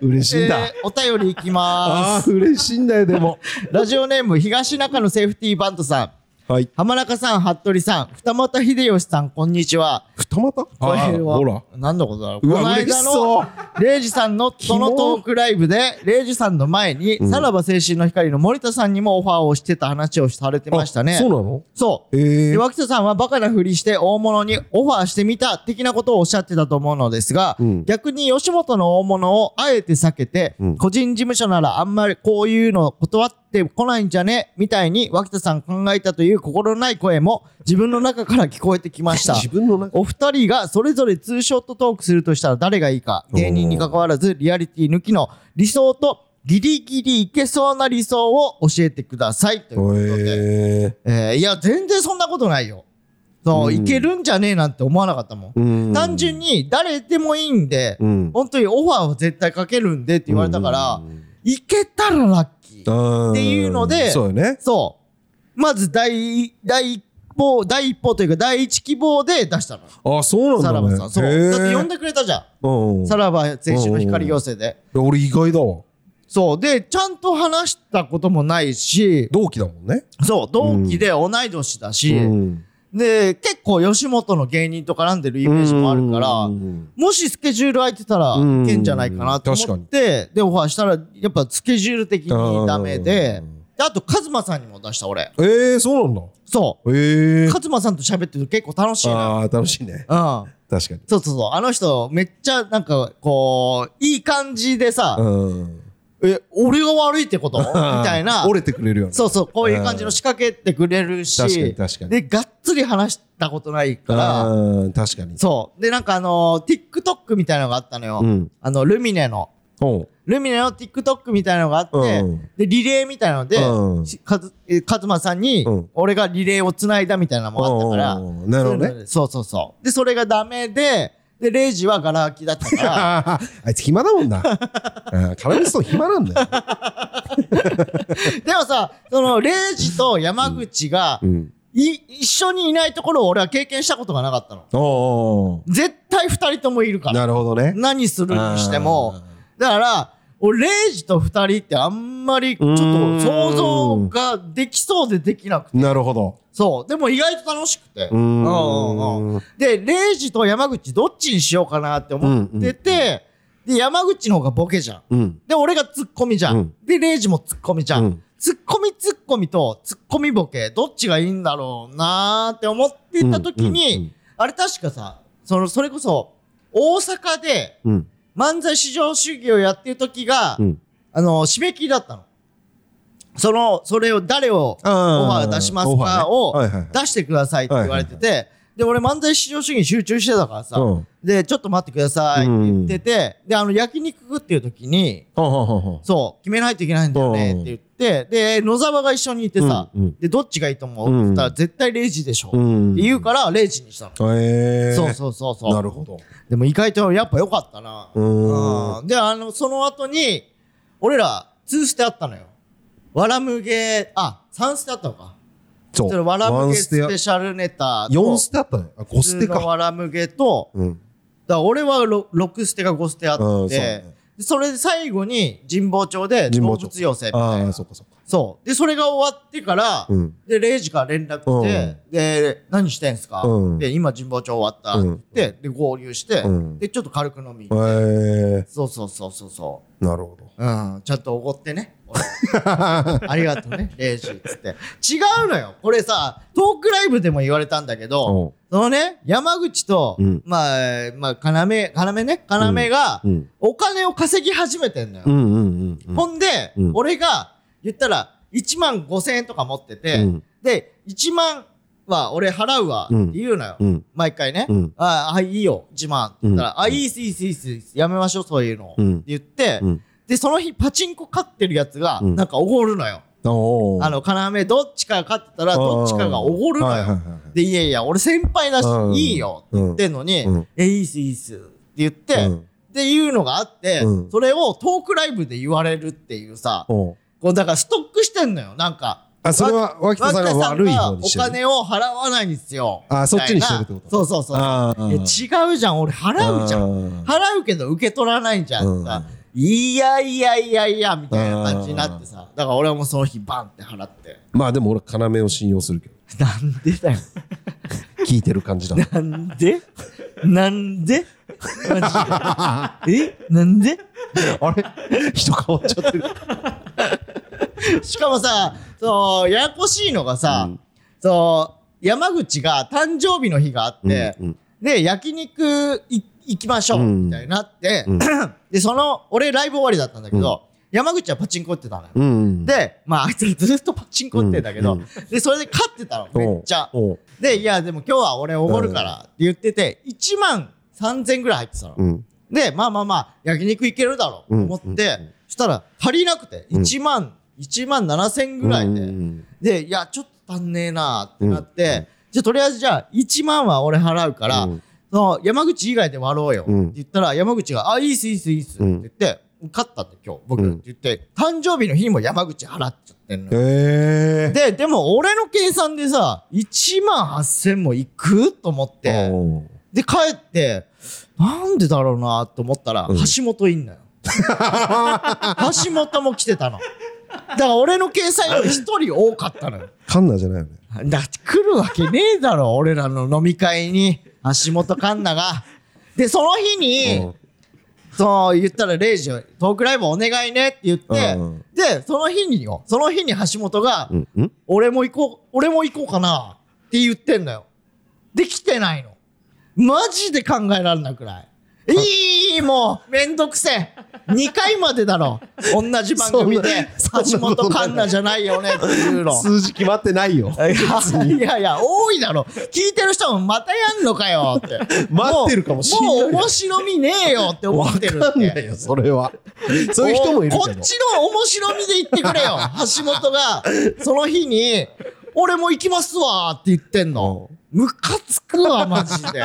Speaker 1: 嬉しいんだ、
Speaker 2: えーお便りいきま
Speaker 1: あ
Speaker 2: す。
Speaker 1: あ嬉しいんだよでも
Speaker 2: ラジオネーム、東中のセーフティーバントさん。
Speaker 1: はい
Speaker 2: 浜中さん、服部さん、二俣秀吉さん、こんにちは。
Speaker 1: 二股
Speaker 2: こ
Speaker 1: あ
Speaker 2: れ
Speaker 1: ー
Speaker 2: は
Speaker 1: ほら
Speaker 2: 何のことだろう
Speaker 1: う
Speaker 2: この
Speaker 1: わ嬉
Speaker 2: 間
Speaker 1: しそ
Speaker 2: の
Speaker 1: う
Speaker 2: レイジさんのそのトークライブでレイジさんの前に、さらば青春の光の森田さんにもオファーをしてた話をされてましたね
Speaker 1: あそうなの
Speaker 2: そう
Speaker 1: ええ
Speaker 2: で脇田さんはバカなふりして大物にオファーしてみた的なことをおっしゃってたと思うのですが、
Speaker 1: うん
Speaker 2: 逆に吉本の大物をあえて避けて、
Speaker 1: うん
Speaker 2: 個人事務所ならあんまりこういうの断ってこないんじゃねみたいに脇田さん考えたという心ない声も自分の中から聞こえてき ました
Speaker 1: 自分の中
Speaker 2: お二人がそれぞれツーショットトークするとしたら誰がいいか芸人に関わらずリアリティ抜きの理想とギリギリいけそうな理想を教えてくださいということで、
Speaker 1: え
Speaker 2: えーいや全然そんなことないよそう、
Speaker 1: うん
Speaker 2: いけるんじゃねえなんて思わなかったもん、
Speaker 1: えうん
Speaker 2: 単純に誰でもいいんで、
Speaker 1: うん
Speaker 2: 本当にオファーを絶対かけるんでって言われたから、いけたらラッキー
Speaker 1: っ
Speaker 2: っていうので
Speaker 1: そうよね
Speaker 2: そうまず第第一歩第一歩というか第一希望で出したの
Speaker 1: あそう
Speaker 2: さ
Speaker 1: な
Speaker 2: ら
Speaker 1: んだ
Speaker 2: ば
Speaker 1: ね
Speaker 2: さん。そう。だって呼んでくれたじゃ。
Speaker 1: うんうんん
Speaker 2: さらば青春の光行政で。
Speaker 1: いや俺意外だわ
Speaker 2: そう。で、ちゃんと話したこともないし、
Speaker 1: 同期だもんね
Speaker 2: そう、同期で同い年だし、
Speaker 1: うん
Speaker 2: で、結構吉本の芸人と絡んでるイメージもあるから
Speaker 1: う、ん
Speaker 2: もしスケジュール空いてたら
Speaker 1: うん
Speaker 2: いけんじゃないかなと思って、で、オファーしたら、やっぱスケジュール的にダメで
Speaker 1: う、ん
Speaker 2: であと、カズマさんにも出した、俺。
Speaker 1: ええそうなんだ
Speaker 2: そ
Speaker 1: ええ
Speaker 2: う。カズマさんと喋ってると結構楽しいな。
Speaker 1: あー楽しいね
Speaker 2: うん。
Speaker 1: 確かに
Speaker 2: そうそうそう。あの人、めっちゃ、なんか、こう、いい感じでさ、
Speaker 1: うん
Speaker 2: え、俺が悪いっ てことみたいな。
Speaker 1: 折れてくれるよね
Speaker 2: そうそう、こういう感じの仕掛けてくれるし、
Speaker 1: 確かに確かに
Speaker 2: で、がっつり話したことないから、
Speaker 1: うん確かに
Speaker 2: そう。で、なんかあのー、TikTok みたいなのがあったのよ。
Speaker 1: うん
Speaker 2: あの、ルミネの。
Speaker 1: おう
Speaker 2: ルミネの TikTok みたいなのがあって、
Speaker 1: うん
Speaker 2: で、リレーみたいので、
Speaker 1: うん
Speaker 2: しかずえカズマさんに、
Speaker 1: うん
Speaker 2: 俺がリレーをつないだみたいなのもあったから、
Speaker 1: うんなるほどね
Speaker 2: そうそうそう。で、それがダメで、で、レイジはガラ空きだっ たから、
Speaker 1: ああいつ暇だもんなうんカラメスト暇なんだよ
Speaker 2: でもさ、その、レイジと山口が、
Speaker 1: うん
Speaker 2: い、一緒にいないところを俺は経験したことがなかったの。
Speaker 1: おうおうお
Speaker 2: 絶対二人ともいるか
Speaker 1: う
Speaker 2: ら。
Speaker 1: なるほどね
Speaker 2: 何するにしても。だから、俺、レイジと二人ってあんまり、ちょっと想像ができそうでできなくて。
Speaker 1: なるほど
Speaker 2: そう。でも意外と楽しくて。
Speaker 1: ん
Speaker 2: うんうんうんで、レイジと山口どっちにしようかなって思ってて、で、山口の方がボケじゃん。
Speaker 1: うん
Speaker 2: で、俺がツッコミじゃん。
Speaker 1: うん
Speaker 2: で、レイジもツッコミじゃん。
Speaker 1: うん
Speaker 2: ツッコミツッコミとツッコミボケ、どっちがいいんだろうなーって思っていた時に、
Speaker 1: うんうんうん
Speaker 2: あれ確かさ、その、それこそ、大阪で
Speaker 1: うん
Speaker 2: 漫才至上主義をやってる時が、
Speaker 1: うん
Speaker 2: あの、締め切りだったの。その、それを誰をオフ
Speaker 1: あー
Speaker 2: ァー出します
Speaker 1: オファーね
Speaker 2: かを
Speaker 1: はいはいはい
Speaker 2: 出してくださいって言われてて、で、俺漫才至上主義に集中してたからさ、
Speaker 1: うん
Speaker 2: で、ちょっと待ってくださいって言ってて、で、あの、焼肉食っていう時に、
Speaker 1: ほうほうほうほう
Speaker 2: そう、決めないといけないんだよねって言って、で、野沢が一緒にいてさ、
Speaker 1: うんうん
Speaker 2: で、どっちがいいと思うって言ったら、絶対0時でしょ。
Speaker 1: うん
Speaker 2: って言うから、0時にしたの。
Speaker 1: へえ
Speaker 2: そうそうそうそう。
Speaker 1: なるほど
Speaker 2: でも、意外とやっぱ良かったな。
Speaker 1: うーん
Speaker 2: うんで、あの、その後に、俺ら、2ステあったのよ。わらむげ、あ、3ステあったのか。
Speaker 1: そ
Speaker 2: それわらむげス
Speaker 1: ワ
Speaker 2: ペ
Speaker 1: ンス
Speaker 2: シャルネタ
Speaker 1: テ
Speaker 2: と、
Speaker 1: 4ステあったねあ5ステ
Speaker 2: 普通の
Speaker 1: か
Speaker 2: わらむげと、
Speaker 1: うん
Speaker 2: だから俺はろ6ステか5ステあって、
Speaker 1: うんそう
Speaker 2: で
Speaker 1: ね
Speaker 2: それで最後に神保町で動物寄せみたい
Speaker 1: あ
Speaker 2: な
Speaker 1: あ。そうかそうか
Speaker 2: そう。で、それが終わってから、
Speaker 1: うん
Speaker 2: で、0時から連絡来て、で、何してんすか、
Speaker 1: うん
Speaker 2: で、今神保町終わった
Speaker 1: うん
Speaker 2: って言って、で、合流して、
Speaker 1: うん
Speaker 2: で、ちょっと軽く飲み、
Speaker 1: へえ
Speaker 2: そうそうそうそうそ
Speaker 1: なるほど
Speaker 2: う。うん、ちゃんとおごってね。俺 ありがとうね、0時つって。 違うのよ。これさ、トークライブでも言われたんだけど、
Speaker 1: おう
Speaker 2: そのね、山口と、
Speaker 1: うん
Speaker 2: まあ、まあ、要、要ね、要が、
Speaker 1: うん
Speaker 2: お金を稼ぎ始めてんのよ。
Speaker 1: うんうんうん
Speaker 2: ほんで、
Speaker 1: うん
Speaker 2: 俺が言ったら1万5千円とか持ってて、
Speaker 1: うん
Speaker 2: で、1万は俺払うわ
Speaker 1: うん
Speaker 2: って言うのよ、
Speaker 1: うん
Speaker 2: 毎回ね、
Speaker 1: うん
Speaker 2: ああいいよ自慢って言ったら、
Speaker 1: うん
Speaker 2: あいいっすいいっすいいっすいいっすやめましょうそういうの、
Speaker 1: うん
Speaker 2: って言って、
Speaker 1: うん
Speaker 2: でその日パチンコ勝ってるやつが
Speaker 1: うん
Speaker 2: なんかおごるのよ、
Speaker 1: おー
Speaker 2: あの要どっちかが勝ってたらどっちかがおごるのよ、
Speaker 1: はいはいはいはい
Speaker 2: でいやいや俺先輩だし
Speaker 1: うん
Speaker 2: いいよって言ってんのに、
Speaker 1: うん
Speaker 2: えいいっすいいっすって言って、
Speaker 1: うん
Speaker 2: っていうのがあって、
Speaker 1: うん
Speaker 2: それをトークライブで言われるっていうさ、
Speaker 1: おー
Speaker 2: こうだからストックしてんのよなんか
Speaker 1: あそれは脇田さんが悪い方にしてる
Speaker 2: 脇田さんがお金を払わないんですよ
Speaker 1: あそっちにしてるってこと
Speaker 2: みたいなそうそうそう
Speaker 1: あー
Speaker 2: いや違うじゃん俺払うじゃん
Speaker 1: ん
Speaker 2: 払うけど受け取らないじゃんさ、いやいやいやいやみたいな感じになってさだから俺はもうその日バンって払って
Speaker 1: まあでも俺要を信用するけど
Speaker 2: なんでだよ
Speaker 1: 聞いてる感じだ
Speaker 2: なんでなんでマジでえなんで
Speaker 1: あれ人変わっちゃってる
Speaker 2: しかもさ、そう、ややこしいのがさ、そう、山口が誕生日の日があって、
Speaker 1: うんうん
Speaker 2: で、焼肉い行きましょう、
Speaker 1: うん
Speaker 2: みたいになって、
Speaker 1: ん
Speaker 2: で、その、俺ライブ終わりだったんだけど、山口はパチンコ打ってたのよ。
Speaker 1: うん
Speaker 2: で、まあ、あいつらずっとパチンコ打ってんだけど、
Speaker 1: うんう
Speaker 2: で、それで勝ってたの、めっちゃ。
Speaker 1: おう
Speaker 2: で、いや、でも今日は俺おごるからって言ってて、1万3000ぐらい入ってたの。
Speaker 1: うん
Speaker 2: で、まあまあまあ、焼肉いけるだろうと思って、
Speaker 1: うんうん
Speaker 2: そしたら足りなくて、
Speaker 1: ん
Speaker 2: 1万、1万7千ぐらいで、
Speaker 1: うんうん
Speaker 2: で、いや、ちょっと足んねえなってなって、じゃあとりあえずじゃあ1万は俺払うから、
Speaker 1: うん
Speaker 2: その山口以外で割ろうよって
Speaker 1: うん
Speaker 2: 言ったら、山口が、あ、いいっすいいっすいいっすって言って、勝ったって今日僕
Speaker 1: うん
Speaker 2: って言って、誕生日の日にも山口払っちゃってんのよ。
Speaker 1: え
Speaker 2: で、でも俺の計算でさ、1万8000もいくと思っ
Speaker 1: え
Speaker 2: て、で、帰って、なんでだろうなと思ったら、
Speaker 1: ん
Speaker 2: 橋本いん のよ。橋本も来てたの。だから俺の計算より一人多かったのよ。
Speaker 1: カンナじゃないよね
Speaker 2: だって来るわけねえだろ、俺らの飲み会に、橋本環奈が。で、その日に、そう言ったら、レイジ、トークライブお願いねって言って
Speaker 1: うん、
Speaker 2: で、その日によ、その日に橋本が、
Speaker 1: うんうん
Speaker 2: 俺も行こう、俺も行こうかなって言ってんだよ。できてないの。マジで考えられなくないいいもうめんどくせえ2回までだろ同じ番組で
Speaker 1: そんなそ
Speaker 2: 橋
Speaker 1: んなことない
Speaker 2: 本環奈じゃないよねっていうの
Speaker 1: 数字決まってない よ
Speaker 2: いやいや、多いだろ。聞いてる人もまたやんのかよって。
Speaker 1: 待ってるかもしんない
Speaker 2: もうもう面白みねえよって思
Speaker 1: わ
Speaker 2: ってる
Speaker 1: か
Speaker 2: って。
Speaker 1: んないよそれはそういう人もいる
Speaker 2: こ
Speaker 1: け
Speaker 2: っ
Speaker 1: ど
Speaker 2: ちの面白みで言ってくれよ。 橋本が、その日に、俺も行きますわって言ってんの。ムカつくわ、マジで。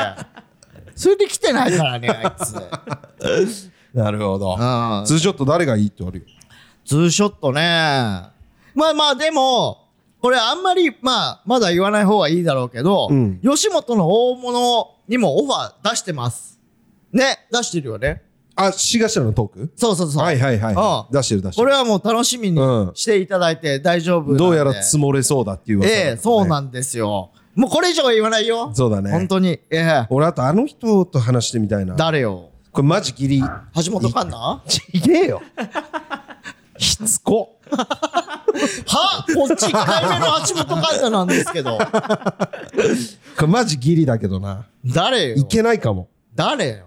Speaker 2: それで来てないからね、あいつ。
Speaker 1: なるほど
Speaker 2: うん
Speaker 1: ツーショット誰がいいってあるよ
Speaker 2: ツーショットね。まあまあでも、これあんまり、まあ、まだ言わない方がいいだろうけど、
Speaker 1: うん
Speaker 2: 吉本の大物にもオファー出してます。ね、出してるよね。
Speaker 1: あ志頭のトーク
Speaker 2: そうそうそう。
Speaker 1: はいはいはいは
Speaker 2: う
Speaker 1: い
Speaker 2: ん
Speaker 1: 出してる出して
Speaker 2: こ
Speaker 1: る
Speaker 2: れはもう楽しみに
Speaker 1: うん
Speaker 2: していただいて大丈夫なんで。
Speaker 1: どうやら積もれそうだっていう噂だから
Speaker 2: え
Speaker 1: ね
Speaker 2: え、そうなんですよ。もうこれ以上は言わないよ。
Speaker 1: そうだね
Speaker 2: 本当に。ええ。
Speaker 1: 俺あとあの人と話してみたいな
Speaker 2: 誰よ。
Speaker 1: これマジギリ
Speaker 2: 橋本環奈
Speaker 1: ちげえよしつこ
Speaker 2: はこっち1回目の橋本環奈なんですけど。
Speaker 1: これマジギリだけどな
Speaker 2: 誰よ
Speaker 1: い。けないかも
Speaker 2: 誰よ。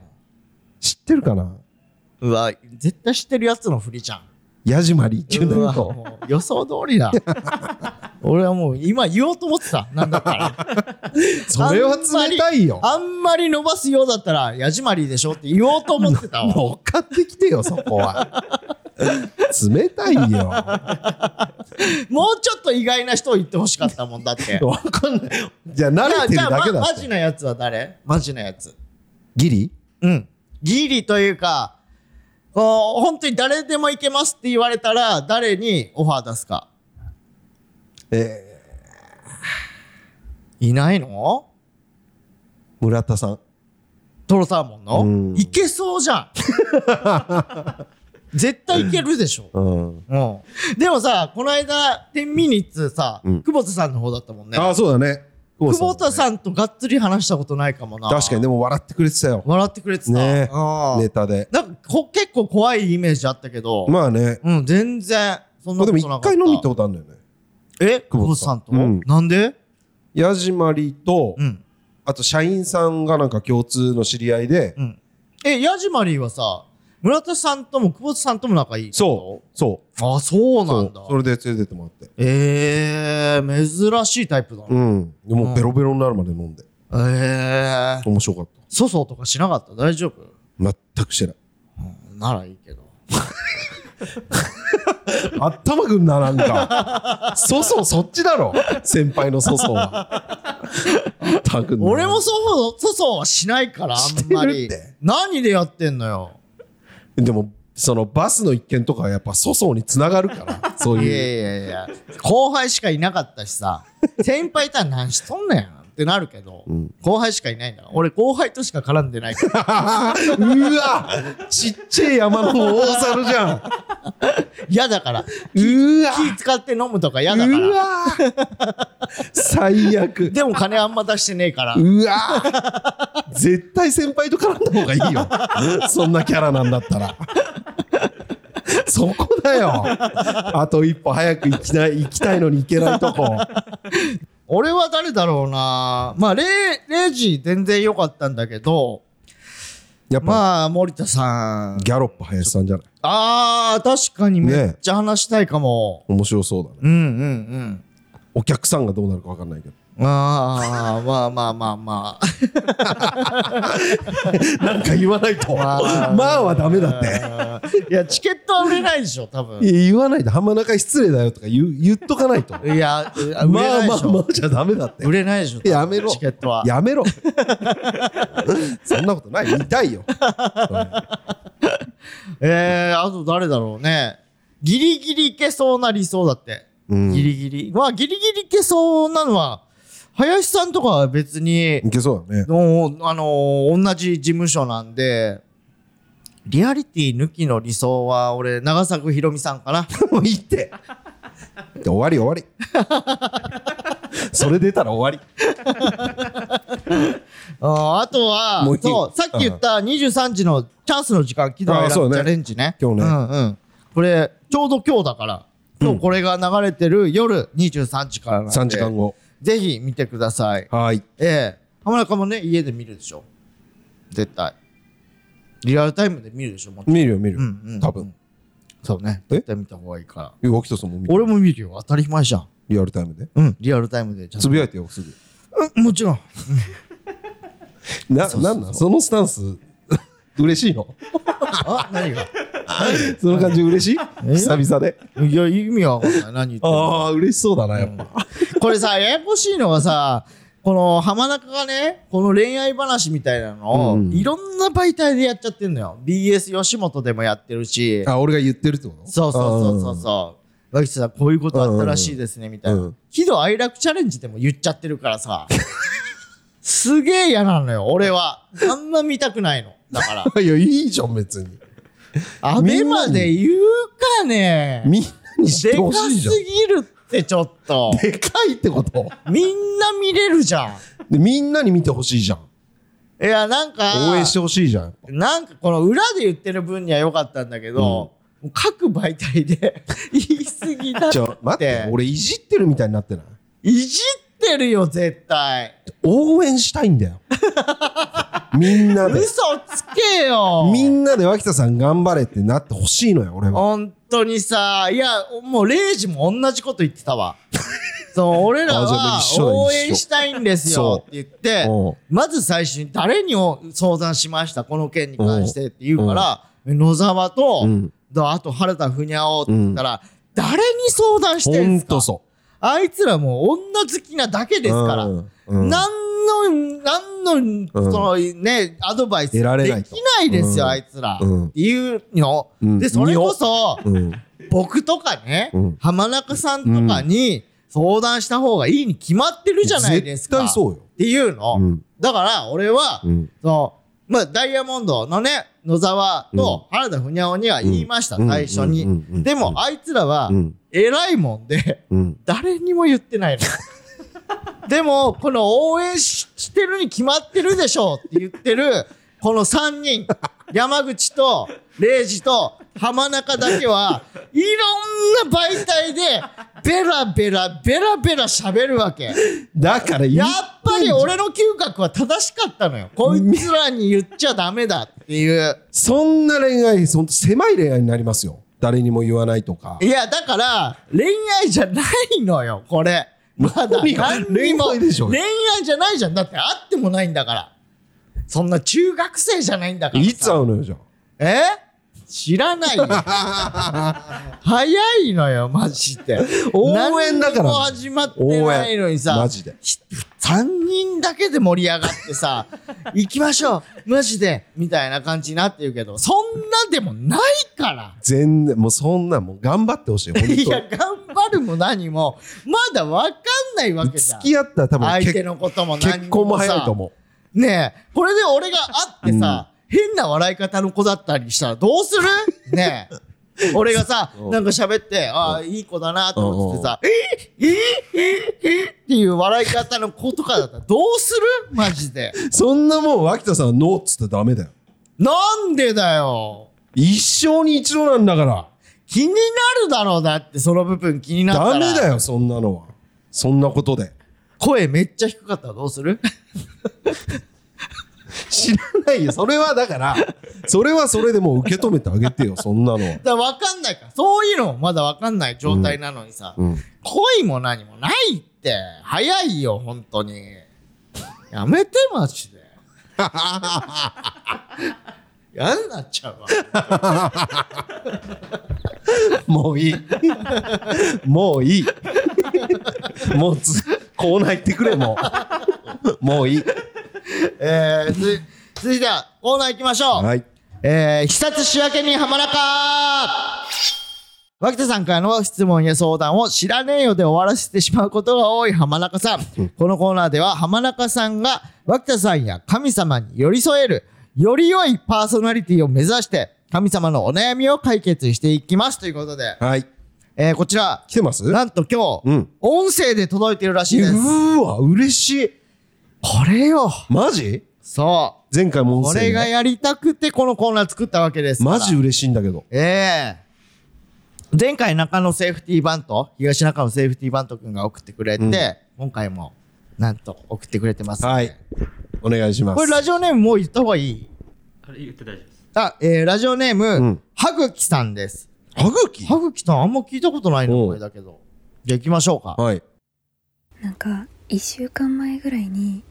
Speaker 1: 知ってるかな
Speaker 2: うわ、絶対知ってるやつのふりじゃん。
Speaker 1: ヤジマリーっていうう
Speaker 2: わ
Speaker 1: のよ
Speaker 2: もう予想通りだ。俺はもう今言おうと思ってた。なんだから。
Speaker 1: それは冷たいよ
Speaker 2: あんまりあんまり伸ばすようだったら、ヤジマリーでしょって言おうと思ってた わ。
Speaker 1: 乗っかってきてよそこは冷たいよ
Speaker 2: もうちょっと意外な人を言ってほしかったもんだ って。
Speaker 1: わかんないじゃあ慣
Speaker 2: じゃ
Speaker 1: れ
Speaker 2: あ、
Speaker 1: てる
Speaker 2: じゃあ、
Speaker 1: だけだ
Speaker 2: まマ
Speaker 1: っ
Speaker 2: ジ
Speaker 1: て
Speaker 2: なやつは誰マジなやつ。
Speaker 1: ギリ
Speaker 2: うん。ギリというか、こう本当に誰でもいけますって言われたら、誰にオファー出すか。
Speaker 1: え
Speaker 2: いないの
Speaker 1: ー村田さん
Speaker 2: トロサーモン
Speaker 1: うん
Speaker 2: のいけそうじ ゃん絶対いけるでしょ、
Speaker 1: うん
Speaker 2: うん、でもさこの間10ミニッツさ、
Speaker 1: うん
Speaker 2: 久保田さんの方だったもんね
Speaker 1: ああそうだね久
Speaker 2: 久保田さんとがっつり話したことないかもな
Speaker 1: 確かにでも笑ってくれてたよ
Speaker 2: 笑ってくれてた、
Speaker 1: ね
Speaker 2: うん
Speaker 1: ネタで
Speaker 2: なんかこ結構怖いイメージあったけど、
Speaker 1: まあね
Speaker 2: うん全然そん
Speaker 1: ま
Speaker 2: な
Speaker 1: あ
Speaker 2: こ
Speaker 1: で
Speaker 2: と
Speaker 1: も
Speaker 2: なか
Speaker 1: 一
Speaker 2: った
Speaker 1: 回飲み行ったことあるんだよね
Speaker 2: え久
Speaker 1: 久
Speaker 2: 保
Speaker 1: 保田
Speaker 2: 田さ
Speaker 1: さ
Speaker 2: ん
Speaker 1: ん
Speaker 2: と、
Speaker 1: うん
Speaker 2: なんで
Speaker 1: ヤジマリと、
Speaker 2: うん
Speaker 1: あと社員さんがなんか共通の知り合いで、
Speaker 2: うんえヤジマリーはさ村田さんとも久保田さんとも仲いい
Speaker 1: そうそう
Speaker 2: あそうなんだ
Speaker 1: そうそれで連れてってもらって
Speaker 2: えええー、珍しいタイプだな。
Speaker 1: うんでもうベロベロになるまで飲んで
Speaker 2: ええー、
Speaker 1: 面白かっ
Speaker 2: 粗相とかしなかった大丈夫
Speaker 1: た全くしてない
Speaker 2: ならいいけど。
Speaker 1: 頭くんななんか 粗相そっちだろ先輩の粗相は全くんな
Speaker 2: 俺もそうそうそうはしないからあんまり
Speaker 1: してるって
Speaker 2: 何でやってんのよ
Speaker 1: でもそのバスの一件とかはやっぱ粗相につながるからそう
Speaker 2: い
Speaker 1: いう
Speaker 2: やいやいや後輩しかいなかったしさ先輩いたら何しとんねんってなるけど、後輩しかいないんだから俺後輩としか絡んでないから
Speaker 1: うわちっちゃい山の大猿じゃん
Speaker 2: 嫌だから
Speaker 1: うわ
Speaker 2: 気使って飲むとか嫌だか
Speaker 1: う
Speaker 2: ら
Speaker 1: わ最悪
Speaker 2: でも金あんま出してねえから
Speaker 1: うわ絶対先輩と絡んだ方がいいよそんなキャラなんだったらそこだよあと一歩早く行きたい行きたいのに行けないとこ
Speaker 2: 俺は誰だろうなまあレレイジ全然良かったんだけど
Speaker 1: やっぱ、
Speaker 2: まあ森田さん
Speaker 1: ギャロップ林さんじゃない
Speaker 2: あー確かにめっちゃ話したいかも、
Speaker 1: 面白そうだね
Speaker 2: うんうんうん
Speaker 1: お客さんがどうなるか分かんないけど
Speaker 2: ああ、まあまあまあまあ。
Speaker 1: なんか言わないと。ま
Speaker 2: あ
Speaker 1: あはダメだって。
Speaker 2: いや、チケットは売れないでしょ、多分。
Speaker 1: い
Speaker 2: い
Speaker 1: や言わないと浜中失礼だよとか言う言っとかないと。ま
Speaker 2: や、売れ
Speaker 1: あ
Speaker 2: ないで
Speaker 1: ま
Speaker 2: し
Speaker 1: あ
Speaker 2: ょ。
Speaker 1: まあじゃダメだって
Speaker 2: 売。れないでしょ。多分
Speaker 1: やめろ。
Speaker 2: チケットは。
Speaker 1: やめろ。そんなことない。見たいよ。
Speaker 2: えー、あと誰だろうね。ギリギリいけそうな理想だって。
Speaker 1: うん
Speaker 2: ギリギリ。まあ、ギリギリいけそうなのは、林さんとかは別に
Speaker 1: い、けそうだね。
Speaker 2: のあのー同じ事務所なんで、リアリティ抜きの理想は、俺、長作ひろみさんかな。
Speaker 1: もういいって。で終わり終わり。それ出たら終わ
Speaker 2: あーあとは
Speaker 1: もういい
Speaker 2: そうさっき言った23時のチャンスの時間喜怒哀
Speaker 1: あーそう
Speaker 2: 楽チ
Speaker 1: ね
Speaker 2: ャレンジね
Speaker 1: 今日ね
Speaker 2: うんうん、これちょうど今日だから今日これが流れてる夜23時からなん
Speaker 1: り。
Speaker 2: で
Speaker 1: 3時間後。
Speaker 2: ぜひ見てください
Speaker 1: はーい。
Speaker 2: ええ浜中もね家で見るでしょ絶対リアルタイムで見るでしょもちろん
Speaker 1: 見るよ見るよ
Speaker 2: うんうん。
Speaker 1: 多分。
Speaker 2: そうね
Speaker 1: え
Speaker 2: 絶対見た方がいいから
Speaker 1: 浮気とさんも見る。
Speaker 2: 俺も見るよ当たり前じゃん
Speaker 1: リアルタイムで。
Speaker 2: うんリアルタイムでちゃん
Speaker 1: つ
Speaker 2: と
Speaker 1: ぶやいてよすぐ。
Speaker 2: うんもちろん
Speaker 1: な、なんなんそのスタンス、 嬉しいの
Speaker 2: あ何が
Speaker 1: その感じ嬉しい久々で。
Speaker 2: いや意味わかんない何言ってんの
Speaker 1: ああ、嬉しそうだな、やっぱ。
Speaker 2: これさ、ややこしいのがさ、この浜中がね、この恋愛話みたいなのを、
Speaker 1: うん
Speaker 2: いろんな媒体でやっちゃってんのよ。BS 吉本でもやってるし、
Speaker 1: あ、俺が言ってるってこと
Speaker 2: そうそうそうそうそう。脇田さん、こういうことあったらしいですね、みたいな
Speaker 1: うん。
Speaker 2: 喜怒哀楽チャレンジでも言っちゃってるからさ、すげえ嫌なのよ、俺は。あんま見たくないの。だから。
Speaker 1: う。いや、いいじゃん、別に。
Speaker 2: アベマで言うかね。
Speaker 1: みんなに知っ
Speaker 2: で
Speaker 1: て
Speaker 2: か
Speaker 1: ほしいじゃん
Speaker 2: す。ぎるって、ちょっと。
Speaker 1: でかいってこと
Speaker 2: みんな見れるじゃん。
Speaker 1: で、みんなに見てほしいじゃん。
Speaker 2: いや、なんか、
Speaker 1: 応援してほしい じゃん。
Speaker 2: なんかこの裏で言ってる分には良かったんだけど、もう各媒体で 言い過ぎだっ
Speaker 1: ちょ、待って
Speaker 2: て、。
Speaker 1: 俺いじってるみたいになってない
Speaker 2: いじってるよ、絶対。
Speaker 1: 応援したいん だよ。みんなで。
Speaker 2: 嘘つけよ。
Speaker 1: みんなで脇田さん頑張れってなってほしいのよ、俺は。
Speaker 2: 本当にさ、いや、もうレイジも同じこと言ってたわ。そう、俺ら
Speaker 1: あじゃ
Speaker 2: は
Speaker 1: あ一緒だ
Speaker 2: 応
Speaker 1: 一
Speaker 2: 援
Speaker 1: 緒
Speaker 2: したいんですよって言って
Speaker 1: そううん、
Speaker 2: まず最初に誰にお相談しました、この件に関してって言うから、野沢と、
Speaker 1: うん
Speaker 2: だあと原田ふにゃおって言ったら、誰に相談して
Speaker 1: ほ
Speaker 2: ん
Speaker 1: ん
Speaker 2: すか
Speaker 1: とそ
Speaker 2: あいつらもう女好きなだけ
Speaker 1: う。
Speaker 2: ですから。
Speaker 1: うんうん
Speaker 2: なんの、なんの、
Speaker 1: うん
Speaker 2: そのね、アドバイスでき
Speaker 1: 得られないと
Speaker 2: ないですよ、
Speaker 1: うん
Speaker 2: あいつら。
Speaker 1: うん
Speaker 2: っていうの。
Speaker 1: うん
Speaker 2: で、それこそ、
Speaker 1: うん。
Speaker 2: 僕とかね、
Speaker 1: うん
Speaker 2: 浜中さんとかに相談した方がいいに決まってるじゃないですか。
Speaker 1: 絶対そうよ
Speaker 2: っていうの。
Speaker 1: うん
Speaker 2: だから、俺は、
Speaker 1: うん
Speaker 2: そのまあ、ダイヤモンドのね、野沢と原田ふにゃおには言いました、
Speaker 1: うん
Speaker 2: 最初
Speaker 1: うんうんうんう
Speaker 2: に。
Speaker 1: ん
Speaker 2: でも、あいつらは
Speaker 1: うん、
Speaker 2: 偉いもんで、
Speaker 1: うん。
Speaker 2: 誰にも言ってないの。でも、この応援ししてるに決まってるでしょうって言ってる、この3人、山口と、レイジと、浜中だけは、いろんな媒体で、ベラベラ、ベラベラ喋るわけ。
Speaker 1: だから言
Speaker 2: や
Speaker 1: っ
Speaker 2: っぱり俺の嗅覚は正しかったのよ。こいつらに言っちゃダメだっていう。
Speaker 1: そんな恋愛、そんと狭い恋愛になりますよ。誰にも言わないとか
Speaker 2: い。や、だから、恋愛じゃないのよ、これ。まだ
Speaker 1: 何が
Speaker 2: 何にも
Speaker 1: 恋愛でしょ
Speaker 2: 恋愛じゃないじゃんだって会ってもないんだからそんな中学生じゃないんだからさ
Speaker 1: いつ会うのよ、じゃあ。
Speaker 2: え知 らないよ早いのよマジで
Speaker 1: 応援だから
Speaker 2: 何にも始まってないのにさ
Speaker 1: マジで。
Speaker 2: 3人だけで盛り上がっ てさ行きましょうマジでみたいな感じになってるけどそんなでもないから
Speaker 1: 全然、もうそんな、もう頑張ってほしい、
Speaker 2: いや
Speaker 1: 本
Speaker 2: 頑張るも何もまだ分かんないわ
Speaker 1: 当
Speaker 2: けじゃ
Speaker 1: 付
Speaker 2: ん
Speaker 1: き合ったら多分
Speaker 2: 相手
Speaker 1: 結
Speaker 2: のことも何もさ
Speaker 1: 結婚も早いと思
Speaker 2: ねえこれで俺が会ってさ、変な笑い方の子だったりしたらど うするねえ俺がさ
Speaker 1: うん
Speaker 2: なんか喋ってああいい子だなと思っててさ「えーえーえーえーっていう笑い方の子とかだったらどうするマジで
Speaker 1: う。そんなもん、脇田さんはノーっつったらダメだよ。
Speaker 2: なんでだよ
Speaker 1: 一生に一度なんだから。
Speaker 2: 気になるだろうだってその部分気になった
Speaker 1: ダ
Speaker 2: ら
Speaker 1: メだよ、そんなのは。そんなことで。
Speaker 2: 声めっちゃ低かったらどうする
Speaker 1: 知らないよ。それはだから、それはそれでもう受け止めてあげて よ、そんなのは。
Speaker 2: だから分かんないからそういうのもまだ分かんない状態なのにさ、
Speaker 1: うん。
Speaker 2: 恋も何もないって早いよ本当にやめてマジ で嫌になっちゃうわ
Speaker 1: もういい。もういい。もうつ、コーナー行ってくれ、もう。もういい。
Speaker 2: えー、つ続いてはコーナー行きましょう、
Speaker 1: はい。
Speaker 2: えー、視察仕分けに浜中脇田さんからの質問や相談を知らねえよで終わらせてしまうことが多い浜中さん。このコーナーでは浜中さんが脇田さんや神様に寄り添える、より良いパーソナリティを目指して、神様のお悩みを解決していきますということで、
Speaker 1: はい。
Speaker 2: えー、こちら、
Speaker 1: 来てます
Speaker 2: なんと今
Speaker 1: う
Speaker 2: 日、
Speaker 1: ん
Speaker 2: 音声で届いてるらしいです。
Speaker 1: うーわ、嬉しい。
Speaker 2: これよ。
Speaker 1: マジ
Speaker 2: そ
Speaker 1: 前回も
Speaker 2: う。
Speaker 1: 音
Speaker 2: こ
Speaker 1: 声
Speaker 2: れが
Speaker 1: ね
Speaker 2: やりたくてこのコーナー作ったわけですから。
Speaker 1: マジ嬉しいんだけど。
Speaker 2: ええ前回中野セーフティーバント、東中野セーフティーバント君が送ってくれて、
Speaker 1: うん
Speaker 2: 今回もなんと送ってくれてます。
Speaker 1: はい。お願いします。
Speaker 2: これラジオネームもう言った方がいい
Speaker 3: あれ言って大丈夫です。
Speaker 2: あ、えー、ラジオネーム、
Speaker 1: ん
Speaker 2: はぐきさんです。
Speaker 1: 歯茎
Speaker 2: はぐきさんあんま聞いたことないの、
Speaker 1: おう
Speaker 2: これだけど。じゃあ行きましょうか。
Speaker 1: はい。
Speaker 5: なんか1週間前ぐらいに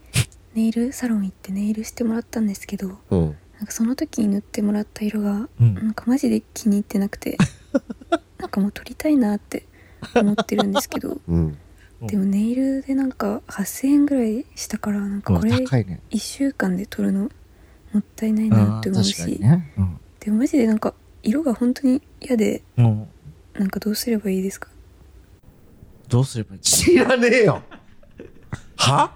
Speaker 5: ネイルサロン行ってネイルしてもらったんですけどな
Speaker 1: うん。
Speaker 5: んかその時に塗ってもらった色が、
Speaker 2: うん
Speaker 5: なんかマジで気に入ってなく てなんかもう取りたいなって思ってるんですけど
Speaker 1: うん。
Speaker 5: でもネイルでなんか8,000円ぐらいしたからなんかこれ
Speaker 2: うん高いね。
Speaker 5: 1週間で取るのもったいないなって
Speaker 2: うん
Speaker 5: 思う
Speaker 2: 確か
Speaker 5: し、
Speaker 2: にね。うん
Speaker 5: でもマジでなんか色が本当に嫌で
Speaker 2: うん。
Speaker 5: なんかどうすればいいですか
Speaker 2: どうすればいい
Speaker 1: 知らねえよ。は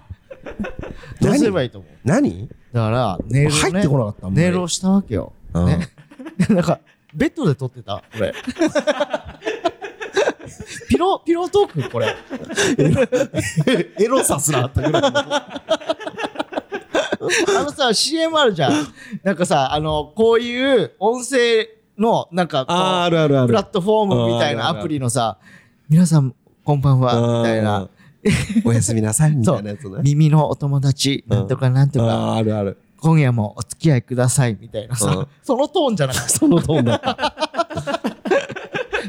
Speaker 2: どうすればいいと思う
Speaker 1: 何
Speaker 2: だから、ネイルを、ね、
Speaker 1: 入ってこなかったあんまり
Speaker 2: ネイルをしたわけよ。
Speaker 1: うん
Speaker 2: ね。 なんか、ベッドで撮ってたこれ。ピロ、ピロートークこれ。
Speaker 1: エロさすらあったぐらいの。
Speaker 2: あのさ、CM あるじゃん。なんかさ、あの、こういう音声の、なんかこう
Speaker 1: あーあるあるある
Speaker 2: プラットフォームみた
Speaker 1: あーあ
Speaker 2: いな
Speaker 1: るある
Speaker 2: アプリのさ、皆さん、こんばんは、みたいな。。
Speaker 1: おやすみなさいみ
Speaker 2: そ
Speaker 1: た
Speaker 2: う
Speaker 1: いなやつね。
Speaker 2: 耳のお友達、なんとかなんとか、
Speaker 1: あーあるある。
Speaker 2: 今夜もお付き合いください、みたいなさ、
Speaker 1: うん
Speaker 2: そのトーンじゃ なく
Speaker 1: そのトーンだった。
Speaker 2: て、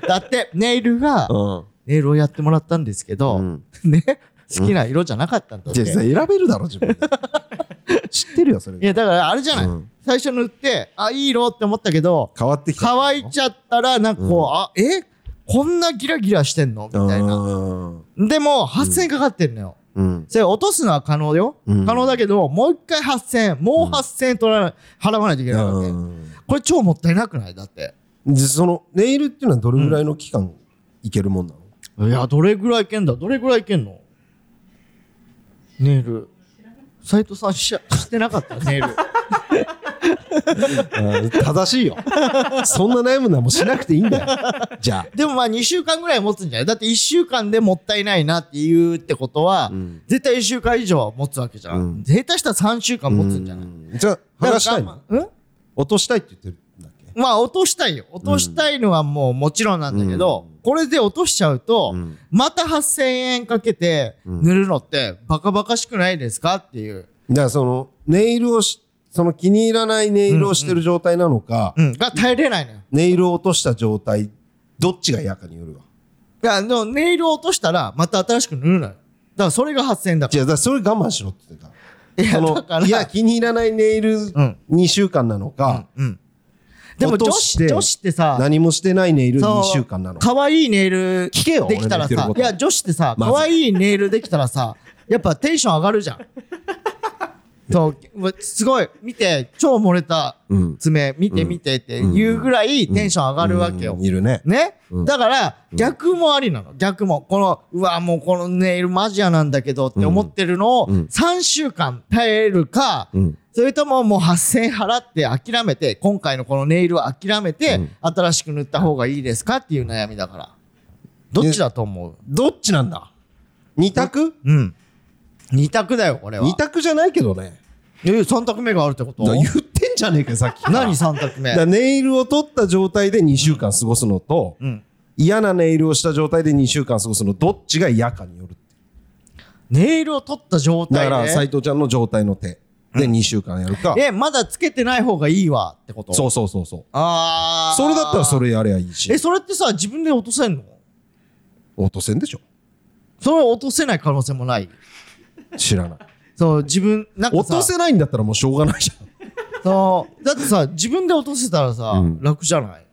Speaker 2: だって、ネイルが、
Speaker 1: うん。
Speaker 2: ネイルをやってもらったんですけど、
Speaker 1: うん
Speaker 2: ね、好きな色じゃなかったんだっ
Speaker 1: じ
Speaker 2: て。
Speaker 1: ゃあさ選べるだろ、自分で。 知ってるよ、そ
Speaker 2: い
Speaker 1: れ。
Speaker 2: や、だからあれじゃない。
Speaker 1: うん
Speaker 2: 最初塗って、あ、いい色って思ったけど、
Speaker 1: 変わってきた。
Speaker 2: 乾いちゃったら、なんかこ
Speaker 1: う
Speaker 2: う、
Speaker 1: ん
Speaker 2: あ、えこんなギラギラしてんのみたいな。
Speaker 1: うん
Speaker 2: でも、8000かかってんのよ。
Speaker 1: うん。
Speaker 2: それ落とすのは可能よ。
Speaker 1: うん
Speaker 2: 可能だけど、もう一回8000、もう8000取らない、払わないといけないわけ。
Speaker 1: うん
Speaker 2: これ超もったいなくないだって。
Speaker 1: でそのネイルっていうのはどれぐらいの期間いけるもんなの、
Speaker 2: いや、どれぐらいいけんだどれぐらいいけんのネイル。斎藤さんししてなかったネイル。
Speaker 1: うん正しいよ そんな悩むのはもうしなくていいん だよじゃ
Speaker 2: でもまあ2週間ぐらい持つんじゃないだって1週間でもったいないなっていうってことは、
Speaker 1: ん
Speaker 2: 絶対1週間以上は持つわけじゃん。
Speaker 1: うん
Speaker 2: 絶対したら3週間
Speaker 1: あ
Speaker 2: 持つんじゃない、
Speaker 1: うんじゃあ剥がしたいの
Speaker 2: うん
Speaker 1: 落としたいって言ってるんだっけ
Speaker 2: まあ落としたいよ。落としたいのはもうもちろんなんだけど、これで落としちゃうと、
Speaker 1: うん
Speaker 2: また8000円かけて塗るのってバカバカしくないですかっていう。
Speaker 1: だからそのネイルをしその気に入らないネイルをしてる状態なのか、
Speaker 2: うん。が耐えれないのよ。
Speaker 1: ネイルを落とした状態どっちが嫌かによるわ
Speaker 2: いや、でもネイルを落としたらまた新しく塗るのよ。からそれが8000円だか
Speaker 1: じゃあ、だからそれ我慢しろって言ってた。
Speaker 2: ら。いや、
Speaker 1: その
Speaker 2: だから。
Speaker 1: いや、気に入らないネイル
Speaker 2: ん
Speaker 1: 2週間なのか、
Speaker 2: うん。でも
Speaker 1: 落
Speaker 2: 女
Speaker 1: とし
Speaker 2: 子、
Speaker 1: て
Speaker 2: 女子ってさ、
Speaker 1: 何もしてないネイル
Speaker 2: そう
Speaker 1: 2週間なのか。
Speaker 2: 可愛いネイル
Speaker 1: 聞けよ
Speaker 2: できたら
Speaker 1: 俺の言ってる
Speaker 2: さ
Speaker 1: こ、と
Speaker 2: いや、女子ってさ、
Speaker 1: まず
Speaker 2: 可愛いネイルできたらさ、やっぱテンション上が るじゃん。そう、もうすごい、見て、超漏れた
Speaker 1: うん
Speaker 2: 爪、見て見てって言うぐらいテンション上がるわけよ。
Speaker 1: いるね。
Speaker 2: ね、だから逆もありなの逆もこのうわもうこのネイルマジやなんだけどって思ってるのを
Speaker 1: うん
Speaker 2: 3週間耐えるか、
Speaker 1: うん。
Speaker 2: それとももう8000円払って諦めて今回のこのネイルは諦めて、新しく塗った方がいいですかっていう悩みだからどっちだと思う
Speaker 1: どっちなんだ二択
Speaker 2: うん2択だよこれは
Speaker 1: 二択じゃないけどね。
Speaker 2: 3択目があるってこと
Speaker 1: だから言ってんじゃねえかよさっきから。
Speaker 2: 何3択目
Speaker 1: だからネイルを取った状態で2週間過ごすのと、
Speaker 2: うん
Speaker 1: 嫌なネイルをした状態で2週間過ごすのどっちが嫌かによる
Speaker 2: ネイルを取った状
Speaker 1: だか
Speaker 2: 態
Speaker 1: ら斎
Speaker 2: で
Speaker 1: 藤ちゃんの状態の手で2週間やるか、
Speaker 2: えまだつけてない方がいいわってこと
Speaker 1: そうそうそうそう
Speaker 2: ああ
Speaker 1: それだったらそれやりゃいいし
Speaker 2: えそれってさ自分で落とせんの
Speaker 1: 落とせんでしょ
Speaker 2: それ落とせない可能性もない
Speaker 1: 知らない
Speaker 2: そう自分なんか
Speaker 1: 落
Speaker 2: さ
Speaker 1: とせないんだったらもうしょうがない じゃん
Speaker 2: そうだってさ自分で落とせたらさ、
Speaker 1: うん
Speaker 2: 楽じゃない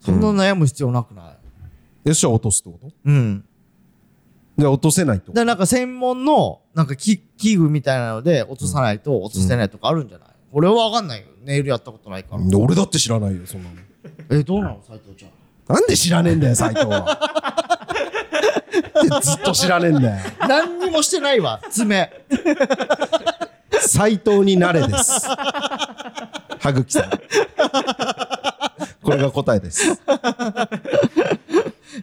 Speaker 2: そんな悩む必要なくない
Speaker 1: でそしたら落とすってこと
Speaker 2: うん
Speaker 1: で落とせないってこ
Speaker 2: だか
Speaker 1: と
Speaker 2: らなんか専門のなんか器器具みたいなので落とさないと落とせないとかあるんじゃない、俺は分かんないよネイルやったことないから、
Speaker 1: で俺だって知らないよそんなの
Speaker 2: えどうなの斉藤ちゃん
Speaker 1: なんで知らねえんだよ斎藤は でずっと知らねえんだよ
Speaker 2: 何にもしてないわ爪
Speaker 1: 斎藤になれです。歯茎さん。これが答えです。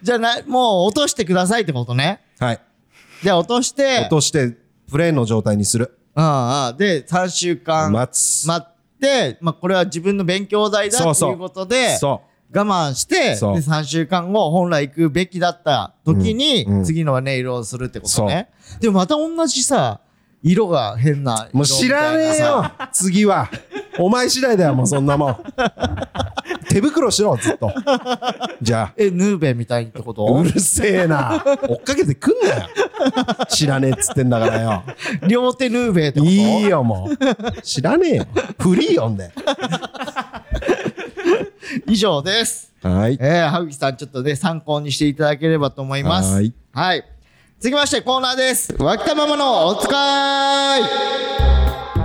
Speaker 2: じゃあなもう落としてくださいってことね
Speaker 1: はい。
Speaker 2: じゃあ落として
Speaker 1: 落として、プレーンの状態にする。
Speaker 2: ああで3週間
Speaker 1: 待つ。
Speaker 2: 待って、まあ、これは自分の勉強代だ
Speaker 1: そう
Speaker 2: と
Speaker 1: そう
Speaker 2: いうことで
Speaker 1: そ
Speaker 2: 我慢してで
Speaker 1: そう
Speaker 2: 3週間後本来行くべきだった時に、
Speaker 1: うんうん
Speaker 2: 次のネイルをするってことねでもまた同じさ色が変な
Speaker 1: う。もう知らねえよ。次は。お前次第だよ、もうそんなもん。手袋しろ、ずっと。じゃあ。
Speaker 2: えヌーベみたいってこと
Speaker 1: うるせえな。追っかけてくんなよ。知らねえっつってんだからよ。
Speaker 2: 両手ヌーベってこと
Speaker 1: いいよ、もう。知らねえよ。フリー読んで。
Speaker 2: 以上です
Speaker 1: はい。
Speaker 2: えー、はぐきさんちょっとね参考にしていただければと思います
Speaker 1: はい
Speaker 2: はい続きましてコーナーですわきたままのおつかい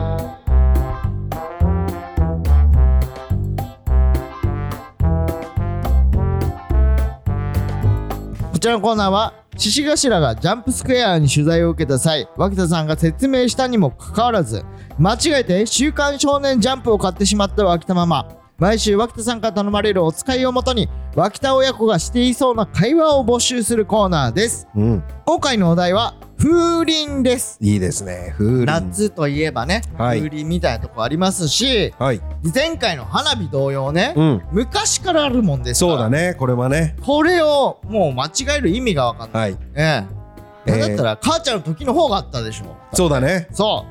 Speaker 2: こちらのコーナーは獅子頭がジャンプスクエアに取材を受けた際脇田さんが説明したにもかかわらず間違えて「週刊少年ジャンプ」を買ってしまった脇田ママ毎週脇田さんから頼まれるお使いをもとに脇田親子がしていそうな会話を募集するコーナーです
Speaker 1: うん。
Speaker 2: 今回のお題は「風鈴」です
Speaker 1: いいですね。フーリン。
Speaker 2: 夏といえばね、
Speaker 1: はい
Speaker 2: 風鈴みたいなとこありますし
Speaker 1: はい。
Speaker 2: 前回の花火同様ね、
Speaker 1: うん。
Speaker 2: 昔からあるもんですから
Speaker 1: そうだね、これはね。
Speaker 2: これをもう間違える意味がわかんない
Speaker 1: はい。
Speaker 2: え
Speaker 1: え
Speaker 2: え。
Speaker 1: ー
Speaker 2: だったら、母ちゃんの時の方があったでしょ。
Speaker 1: そうだね。
Speaker 2: そ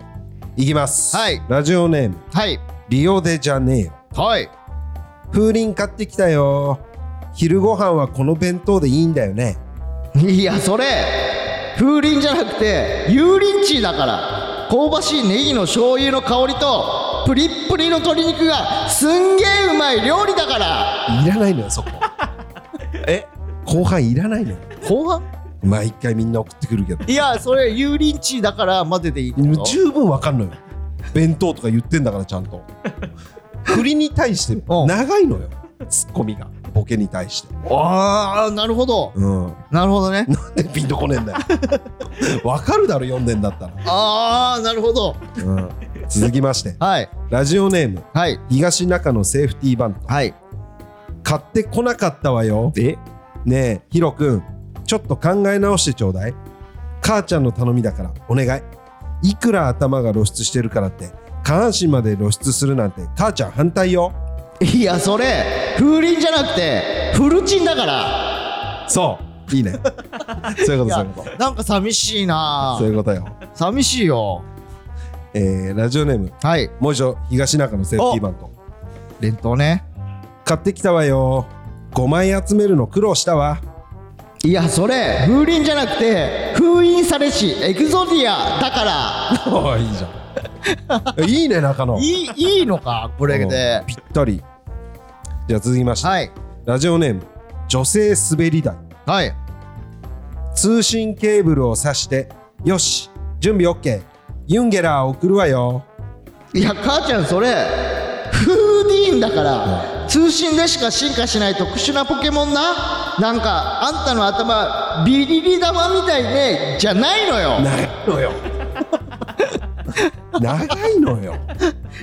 Speaker 1: いきます。
Speaker 2: はい
Speaker 1: ラジオネーム、
Speaker 2: う。はい。
Speaker 1: リオデジャネイロ。
Speaker 2: はい。
Speaker 1: 風鈴買ってきたよ。昼ご飯はこの弁当でいいんだよね。
Speaker 2: いや、それ、風鈴じゃなくて、油淋鶏だから。香ばしいネギの醤油の香りと、プリップリの鶏肉が、すんげえうまい料理だから。
Speaker 1: いらないのよ、 そこ。え後半いらないのよ。
Speaker 2: 後半
Speaker 1: 毎回みんな送ってくるけど。
Speaker 2: いや、それ、油淋鶏だから混ぜていいってこと
Speaker 1: 十分わかんのよ。弁当とか言ってんだから、ちゃんと。振りに対して
Speaker 2: うん
Speaker 1: 長いのよ。ツッコミが。ボケに対して。
Speaker 2: ああ、なるほど。
Speaker 1: うん。
Speaker 2: なるほどね。
Speaker 1: なんでピンとこねえ んだよ。わかるだろ、読んでんだったら。
Speaker 2: ああ、なるほど。
Speaker 1: うん。続きまして、
Speaker 2: はい。
Speaker 1: ラジオネーム、
Speaker 2: はい。
Speaker 1: 東中野セーフティーバント
Speaker 2: はい。
Speaker 1: 買ってこなかったわよえねえヒロくんちょっと考え直してちょうだい母ちゃんの頼みだからお願いいくら頭が露出してるからって下半身まで露出するなんて母ちゃん反対よ
Speaker 2: いや、それ、風鈴じゃなくて、フルチンだから。
Speaker 1: そういい ねそういうこと
Speaker 2: いや
Speaker 1: そういうこと
Speaker 2: なんか寂しいな
Speaker 1: そういうことよ
Speaker 2: 寂しいよ
Speaker 1: えー、ラジオネーム
Speaker 2: はい
Speaker 1: もう一度東中野セーフティーバント
Speaker 2: 伝統ね
Speaker 1: 買ってきたわよ5枚集めるの苦労したわ
Speaker 2: いやそれ風鈴じゃなくて封印されしエグゾディアだから
Speaker 6: あいいじゃ んいいね中野
Speaker 2: いいいいのかこれで
Speaker 1: ぴったりじゃあ続きまして、
Speaker 2: はい
Speaker 1: ラジオネーム女性滑り台
Speaker 2: はい
Speaker 1: 通信ケーブルを挿してよし準備 OK ユンゲラー送るわよ
Speaker 2: いや母ちゃんそれフーディーンだから通信でしか進化しない特殊なポケモンななんかあんたの頭ビリリ玉みたいねじゃないのよ
Speaker 6: 長いの よ長いのよ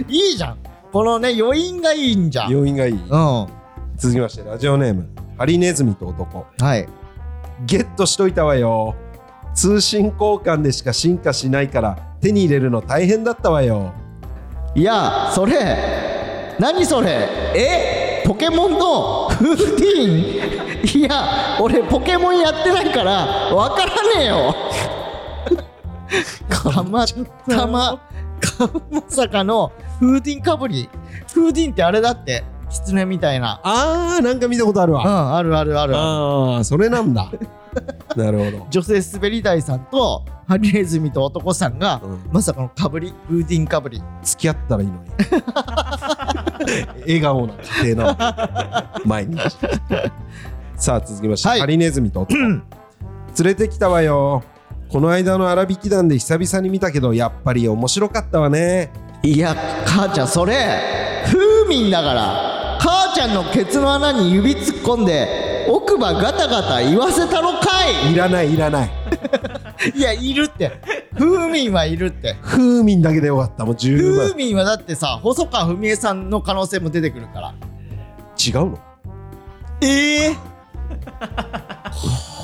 Speaker 2: いいじゃんこのね余韻がいいんじゃんうん
Speaker 1: 余韻がいい
Speaker 2: は
Speaker 1: 続きましてラジオネームハリネズミと男
Speaker 2: い
Speaker 1: ゲットしといたわよ通信交換でしか進化しないから手に入れるの大変だったわよ
Speaker 2: いやそれ何それえポケモンのフーディーンい や俺ポケモンやってないからわからねえ よかまたまかまさかのフーディーンかぶりフーディーンってあれだってキツネみたいな
Speaker 6: あーなんか見たことある
Speaker 2: うん
Speaker 6: わ
Speaker 2: あるあるある
Speaker 6: ああそれなん だなるほど
Speaker 2: 女性滑り台さんとハリネズミと男さんが、
Speaker 6: うん
Speaker 2: まさかのかぶりフーディーンかぶり
Speaker 6: 付き合ったらいいのに笑顔な家庭なの毎日
Speaker 1: さあ続きまして、
Speaker 2: はい
Speaker 1: ハリネズミと男連れてきたわよこの間の荒引き団で久々に見たけどやっぱり面白かったわね
Speaker 2: いや母ちゃんそれフーミンだから母ちゃんのケツの穴に指突っ込んで奥歯ガタガタ言わせたろか
Speaker 1: いらないいらない
Speaker 2: いいやいるってフーミンはいるって
Speaker 1: 風味だけでよかったもう十分
Speaker 2: フーミンはだってさ細川文江さんの可能性も出てくるから
Speaker 1: 違うの
Speaker 2: ええ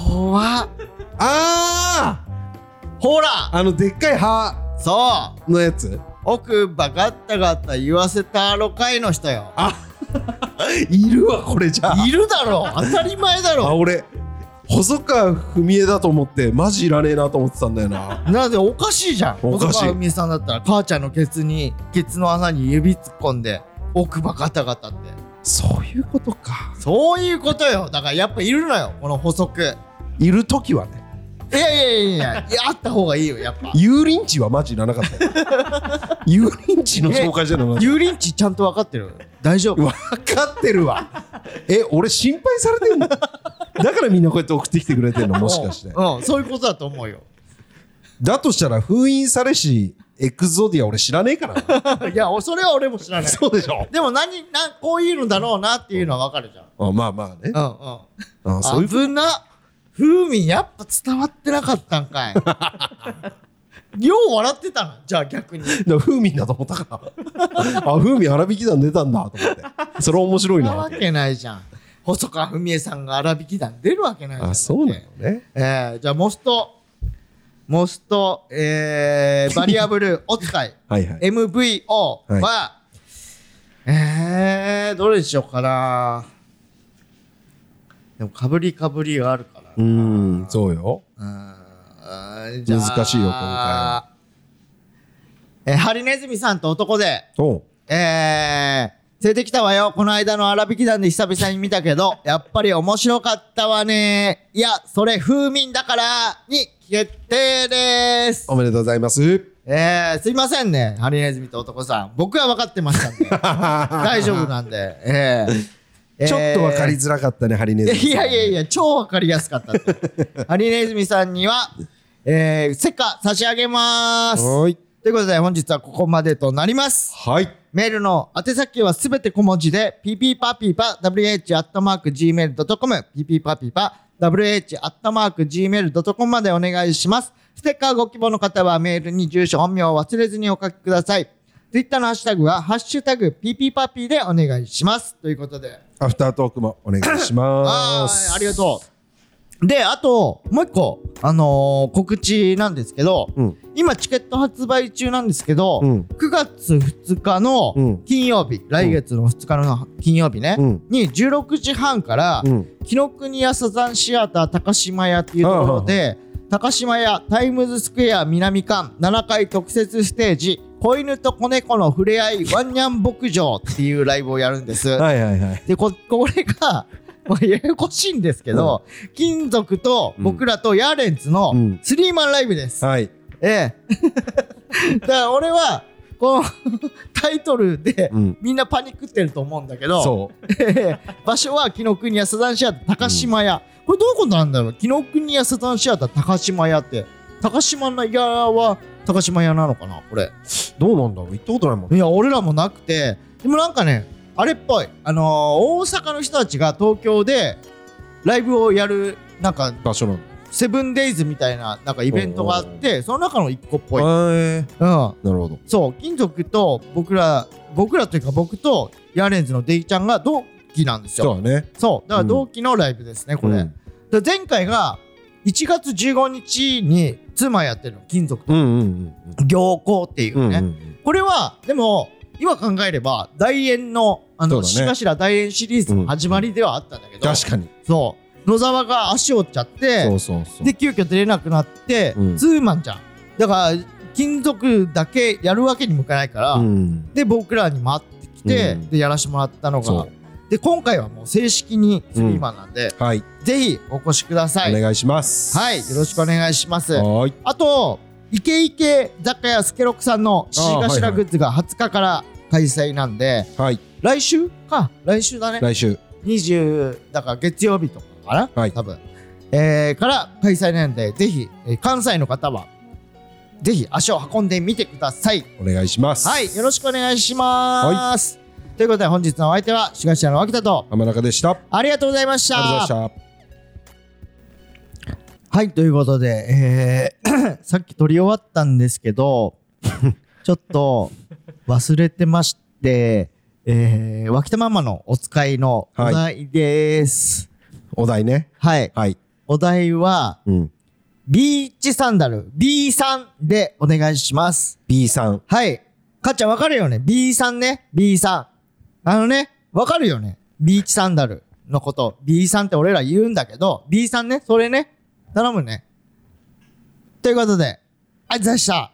Speaker 2: 怖っ
Speaker 1: ああ
Speaker 2: ほら
Speaker 1: あのでっかい歯
Speaker 2: そう
Speaker 1: のやつ
Speaker 2: 奥歯ガタガタ言わせたろかいの人よ
Speaker 1: いるわこれじゃあ
Speaker 2: いるだろう当たり前だ
Speaker 1: あ
Speaker 2: ろ
Speaker 1: 俺細川文枝だと思ってマジいらねえなと思ってたんだよな
Speaker 2: うなんでおかしいじゃん
Speaker 1: おかしい
Speaker 2: 細川文江さんだったら母ちゃんのケツにケツの穴に指突っ込んで奥歯ガタガタって
Speaker 1: そういうことか
Speaker 2: そういうことよだからやっぱいるのよこの補足
Speaker 1: いる時はね
Speaker 2: いやいやいやいやいやあった方がいいよやっぱ
Speaker 1: 油淋鶏はマジいらなかった よ油淋鶏の紹介じゃなかった
Speaker 2: 油淋鶏ちゃんと分かってる大丈夫
Speaker 1: 分かってるわえ俺心配されてんのだからみんなこうやって送ってきてくれてんのもしかして
Speaker 2: うんうんそういうことだと思うよ
Speaker 1: だとしたら封印されしエクゾディア俺知らねえからな
Speaker 2: いやそれは俺も知らない
Speaker 1: そうでしょ
Speaker 2: でも何なこういうのだろうなっていうのは分かるじゃん
Speaker 1: あまあまあね
Speaker 2: うんうん
Speaker 1: あそういう
Speaker 2: 危な風味やっぱ伝わってなかったんか いよう笑ってたのじゃあ逆に
Speaker 1: だから風味だと思ったから。あ、風味荒引き団出たんだと思って。それ面白い
Speaker 2: なわ
Speaker 1: な。
Speaker 2: けないじゃん細川文江さんが荒引き団出るわけないじゃん
Speaker 1: あ、そうなのね。
Speaker 2: えー、じゃあモストモスト、えー、バリアブルお使い
Speaker 1: はいはい。
Speaker 2: MVO は、えー、どれにしようかなでもかぶりかぶりがあるから
Speaker 1: うーん、そうよ。
Speaker 2: 難しいよ
Speaker 1: 難しいよ今回は
Speaker 2: えーハリネズミさんと男で、
Speaker 1: おう
Speaker 2: えー、連れてきたわよ。この間の荒引き団で久々に見たけど、 やっぱり面白かったわね。いや、それ風民だから、に決定です。
Speaker 1: おめでとうござ います。
Speaker 2: えー、すいませんね、ハリネズミと男さん。僕は分かってましたんで。 大丈夫なんで。えー、
Speaker 1: ちょっと分かり
Speaker 2: えー
Speaker 1: づらかったね、ハリネズミ。
Speaker 2: いやいやいや、超わかりやすかっ たって。ハリネズミさんには、えー、セッカ差し上げます。
Speaker 1: はーい。
Speaker 2: ということで本日はここまでとなります。
Speaker 1: はい。
Speaker 2: メールの宛先はすべて小文字で、pppapipa.wh.gmail.com、pppapipa.wh.gmail.com までお願いします。ステッカーご希望の方はメールに住所、本名を忘れずにお書きください。ツイッターのハッシュタグは、ハッシュタグ、pppapi でお願いします。ということで。
Speaker 1: アフタートークもお願いしま
Speaker 2: あ
Speaker 1: す。
Speaker 2: あ、ありがとう。で、あと、もう一個、あのー告知なんですけど、
Speaker 1: うん
Speaker 2: 今チケット発売中なんですけど、
Speaker 1: うん
Speaker 2: 9月2日
Speaker 1: う
Speaker 2: の
Speaker 1: ん
Speaker 2: 金曜日、来月の2日の金曜日ね、
Speaker 1: うん
Speaker 2: に16時半から、
Speaker 1: うん。
Speaker 2: 紀ノ国屋サザンシアター高島屋っていうところで、高島屋タイムズスクエア南館7階特設ステージ子犬と子猫のふ れあいワンニャン牧場っていうライブをやるんです。
Speaker 1: はいはいはい。
Speaker 2: でここれがまあ、ややこしいんですけど、金属と僕らとヤーレンツの
Speaker 1: うん
Speaker 2: スリーマンライブです。
Speaker 1: はい。
Speaker 2: ええ。だ から俺は、このタイトルで、
Speaker 1: うん。
Speaker 2: みんなパニックってると思うんだけど、
Speaker 1: そう。
Speaker 2: ええ場所は紀ノ国屋サザンシアター高島屋、これどういうことなんだろう紀ノ国屋サザンシアター高島屋って高島屋は高島屋なのかなこれ
Speaker 1: どうなんだろう行ったことないもん。
Speaker 2: いや俺らもなくてでもなんかねあれっぽいあのー大阪の人たちが東京でライブをやるなんか
Speaker 1: 場所なんだ。
Speaker 2: セブンデイズみたいななんかイベントがあってその中の一個っぽい、うん、
Speaker 1: はい。なるほど。
Speaker 2: そう金属と僕ら僕らというか僕とヤーレンズのデイちゃんが同期なんですよ
Speaker 1: そうだね。
Speaker 2: そう、だから
Speaker 1: うん
Speaker 2: 同期のライブですね、これ。
Speaker 1: う
Speaker 2: だか
Speaker 1: ん
Speaker 2: ら前回が1月15日に妻やってるの、金属と
Speaker 1: うんうん。
Speaker 2: 行幸っていううんね。
Speaker 1: うんうん
Speaker 2: これは、でも、今考えれば、大円の、あ
Speaker 1: そう
Speaker 2: の、
Speaker 1: だね
Speaker 2: しかしら大円シリーズの始まりではあったんだけど、
Speaker 1: 確かに。
Speaker 2: そう、野沢が足折っちゃって、
Speaker 1: そうそうそう。
Speaker 2: で、急遽出れなくなって、
Speaker 1: うん
Speaker 2: ツーマンじゃん。だから、金属だけやるわけにもいかないから、
Speaker 1: うん。
Speaker 2: で、僕らに回ってきて、
Speaker 1: うん
Speaker 2: で、やらしてもらったの
Speaker 1: そ
Speaker 2: が、で、今回はもう正式にスリーマンなんで、
Speaker 1: う。はい。
Speaker 2: ぜひお越しくださ
Speaker 1: お
Speaker 2: い。
Speaker 1: 願いします。
Speaker 2: はい、よろしくお願いします。
Speaker 1: はーい。
Speaker 2: あと、イケイケ雑貨屋スケロクさんのシーガシラグッズが20日から開催なんで、
Speaker 1: はい。
Speaker 2: 来週か、来週だね。
Speaker 1: 来週。
Speaker 2: 20、だから月曜日とかかな、
Speaker 1: はい
Speaker 2: 多分。えー、から開催なんで、ぜひ、えー関西の方は、ぜひ足を運んでみてください。
Speaker 1: お願いします。
Speaker 2: はい、よろしくお願いします。ということで、本日のお相手は、シガシラの脇田と、
Speaker 1: 浜中でした。あり
Speaker 2: ありがとうございました。
Speaker 1: がとうございました。
Speaker 2: はい、ということで、えー さっき撮り終わったんですけ ど、ちょっと忘れてまして、えー、脇田ママのお使いのお題です。
Speaker 1: お題ね。
Speaker 2: はい、
Speaker 1: はい。
Speaker 2: お題は、
Speaker 1: うん。
Speaker 2: ビーチサンダル B3 でお願いします。
Speaker 1: B さん。
Speaker 2: はい。かっちゃんわかるよね ?B3 ね ?B3。あのね、わかるよねビーチサンダルのこと。B3 って俺ら言うんだけど、B3 ねそれね頼むね。ということで、ありがとうございました。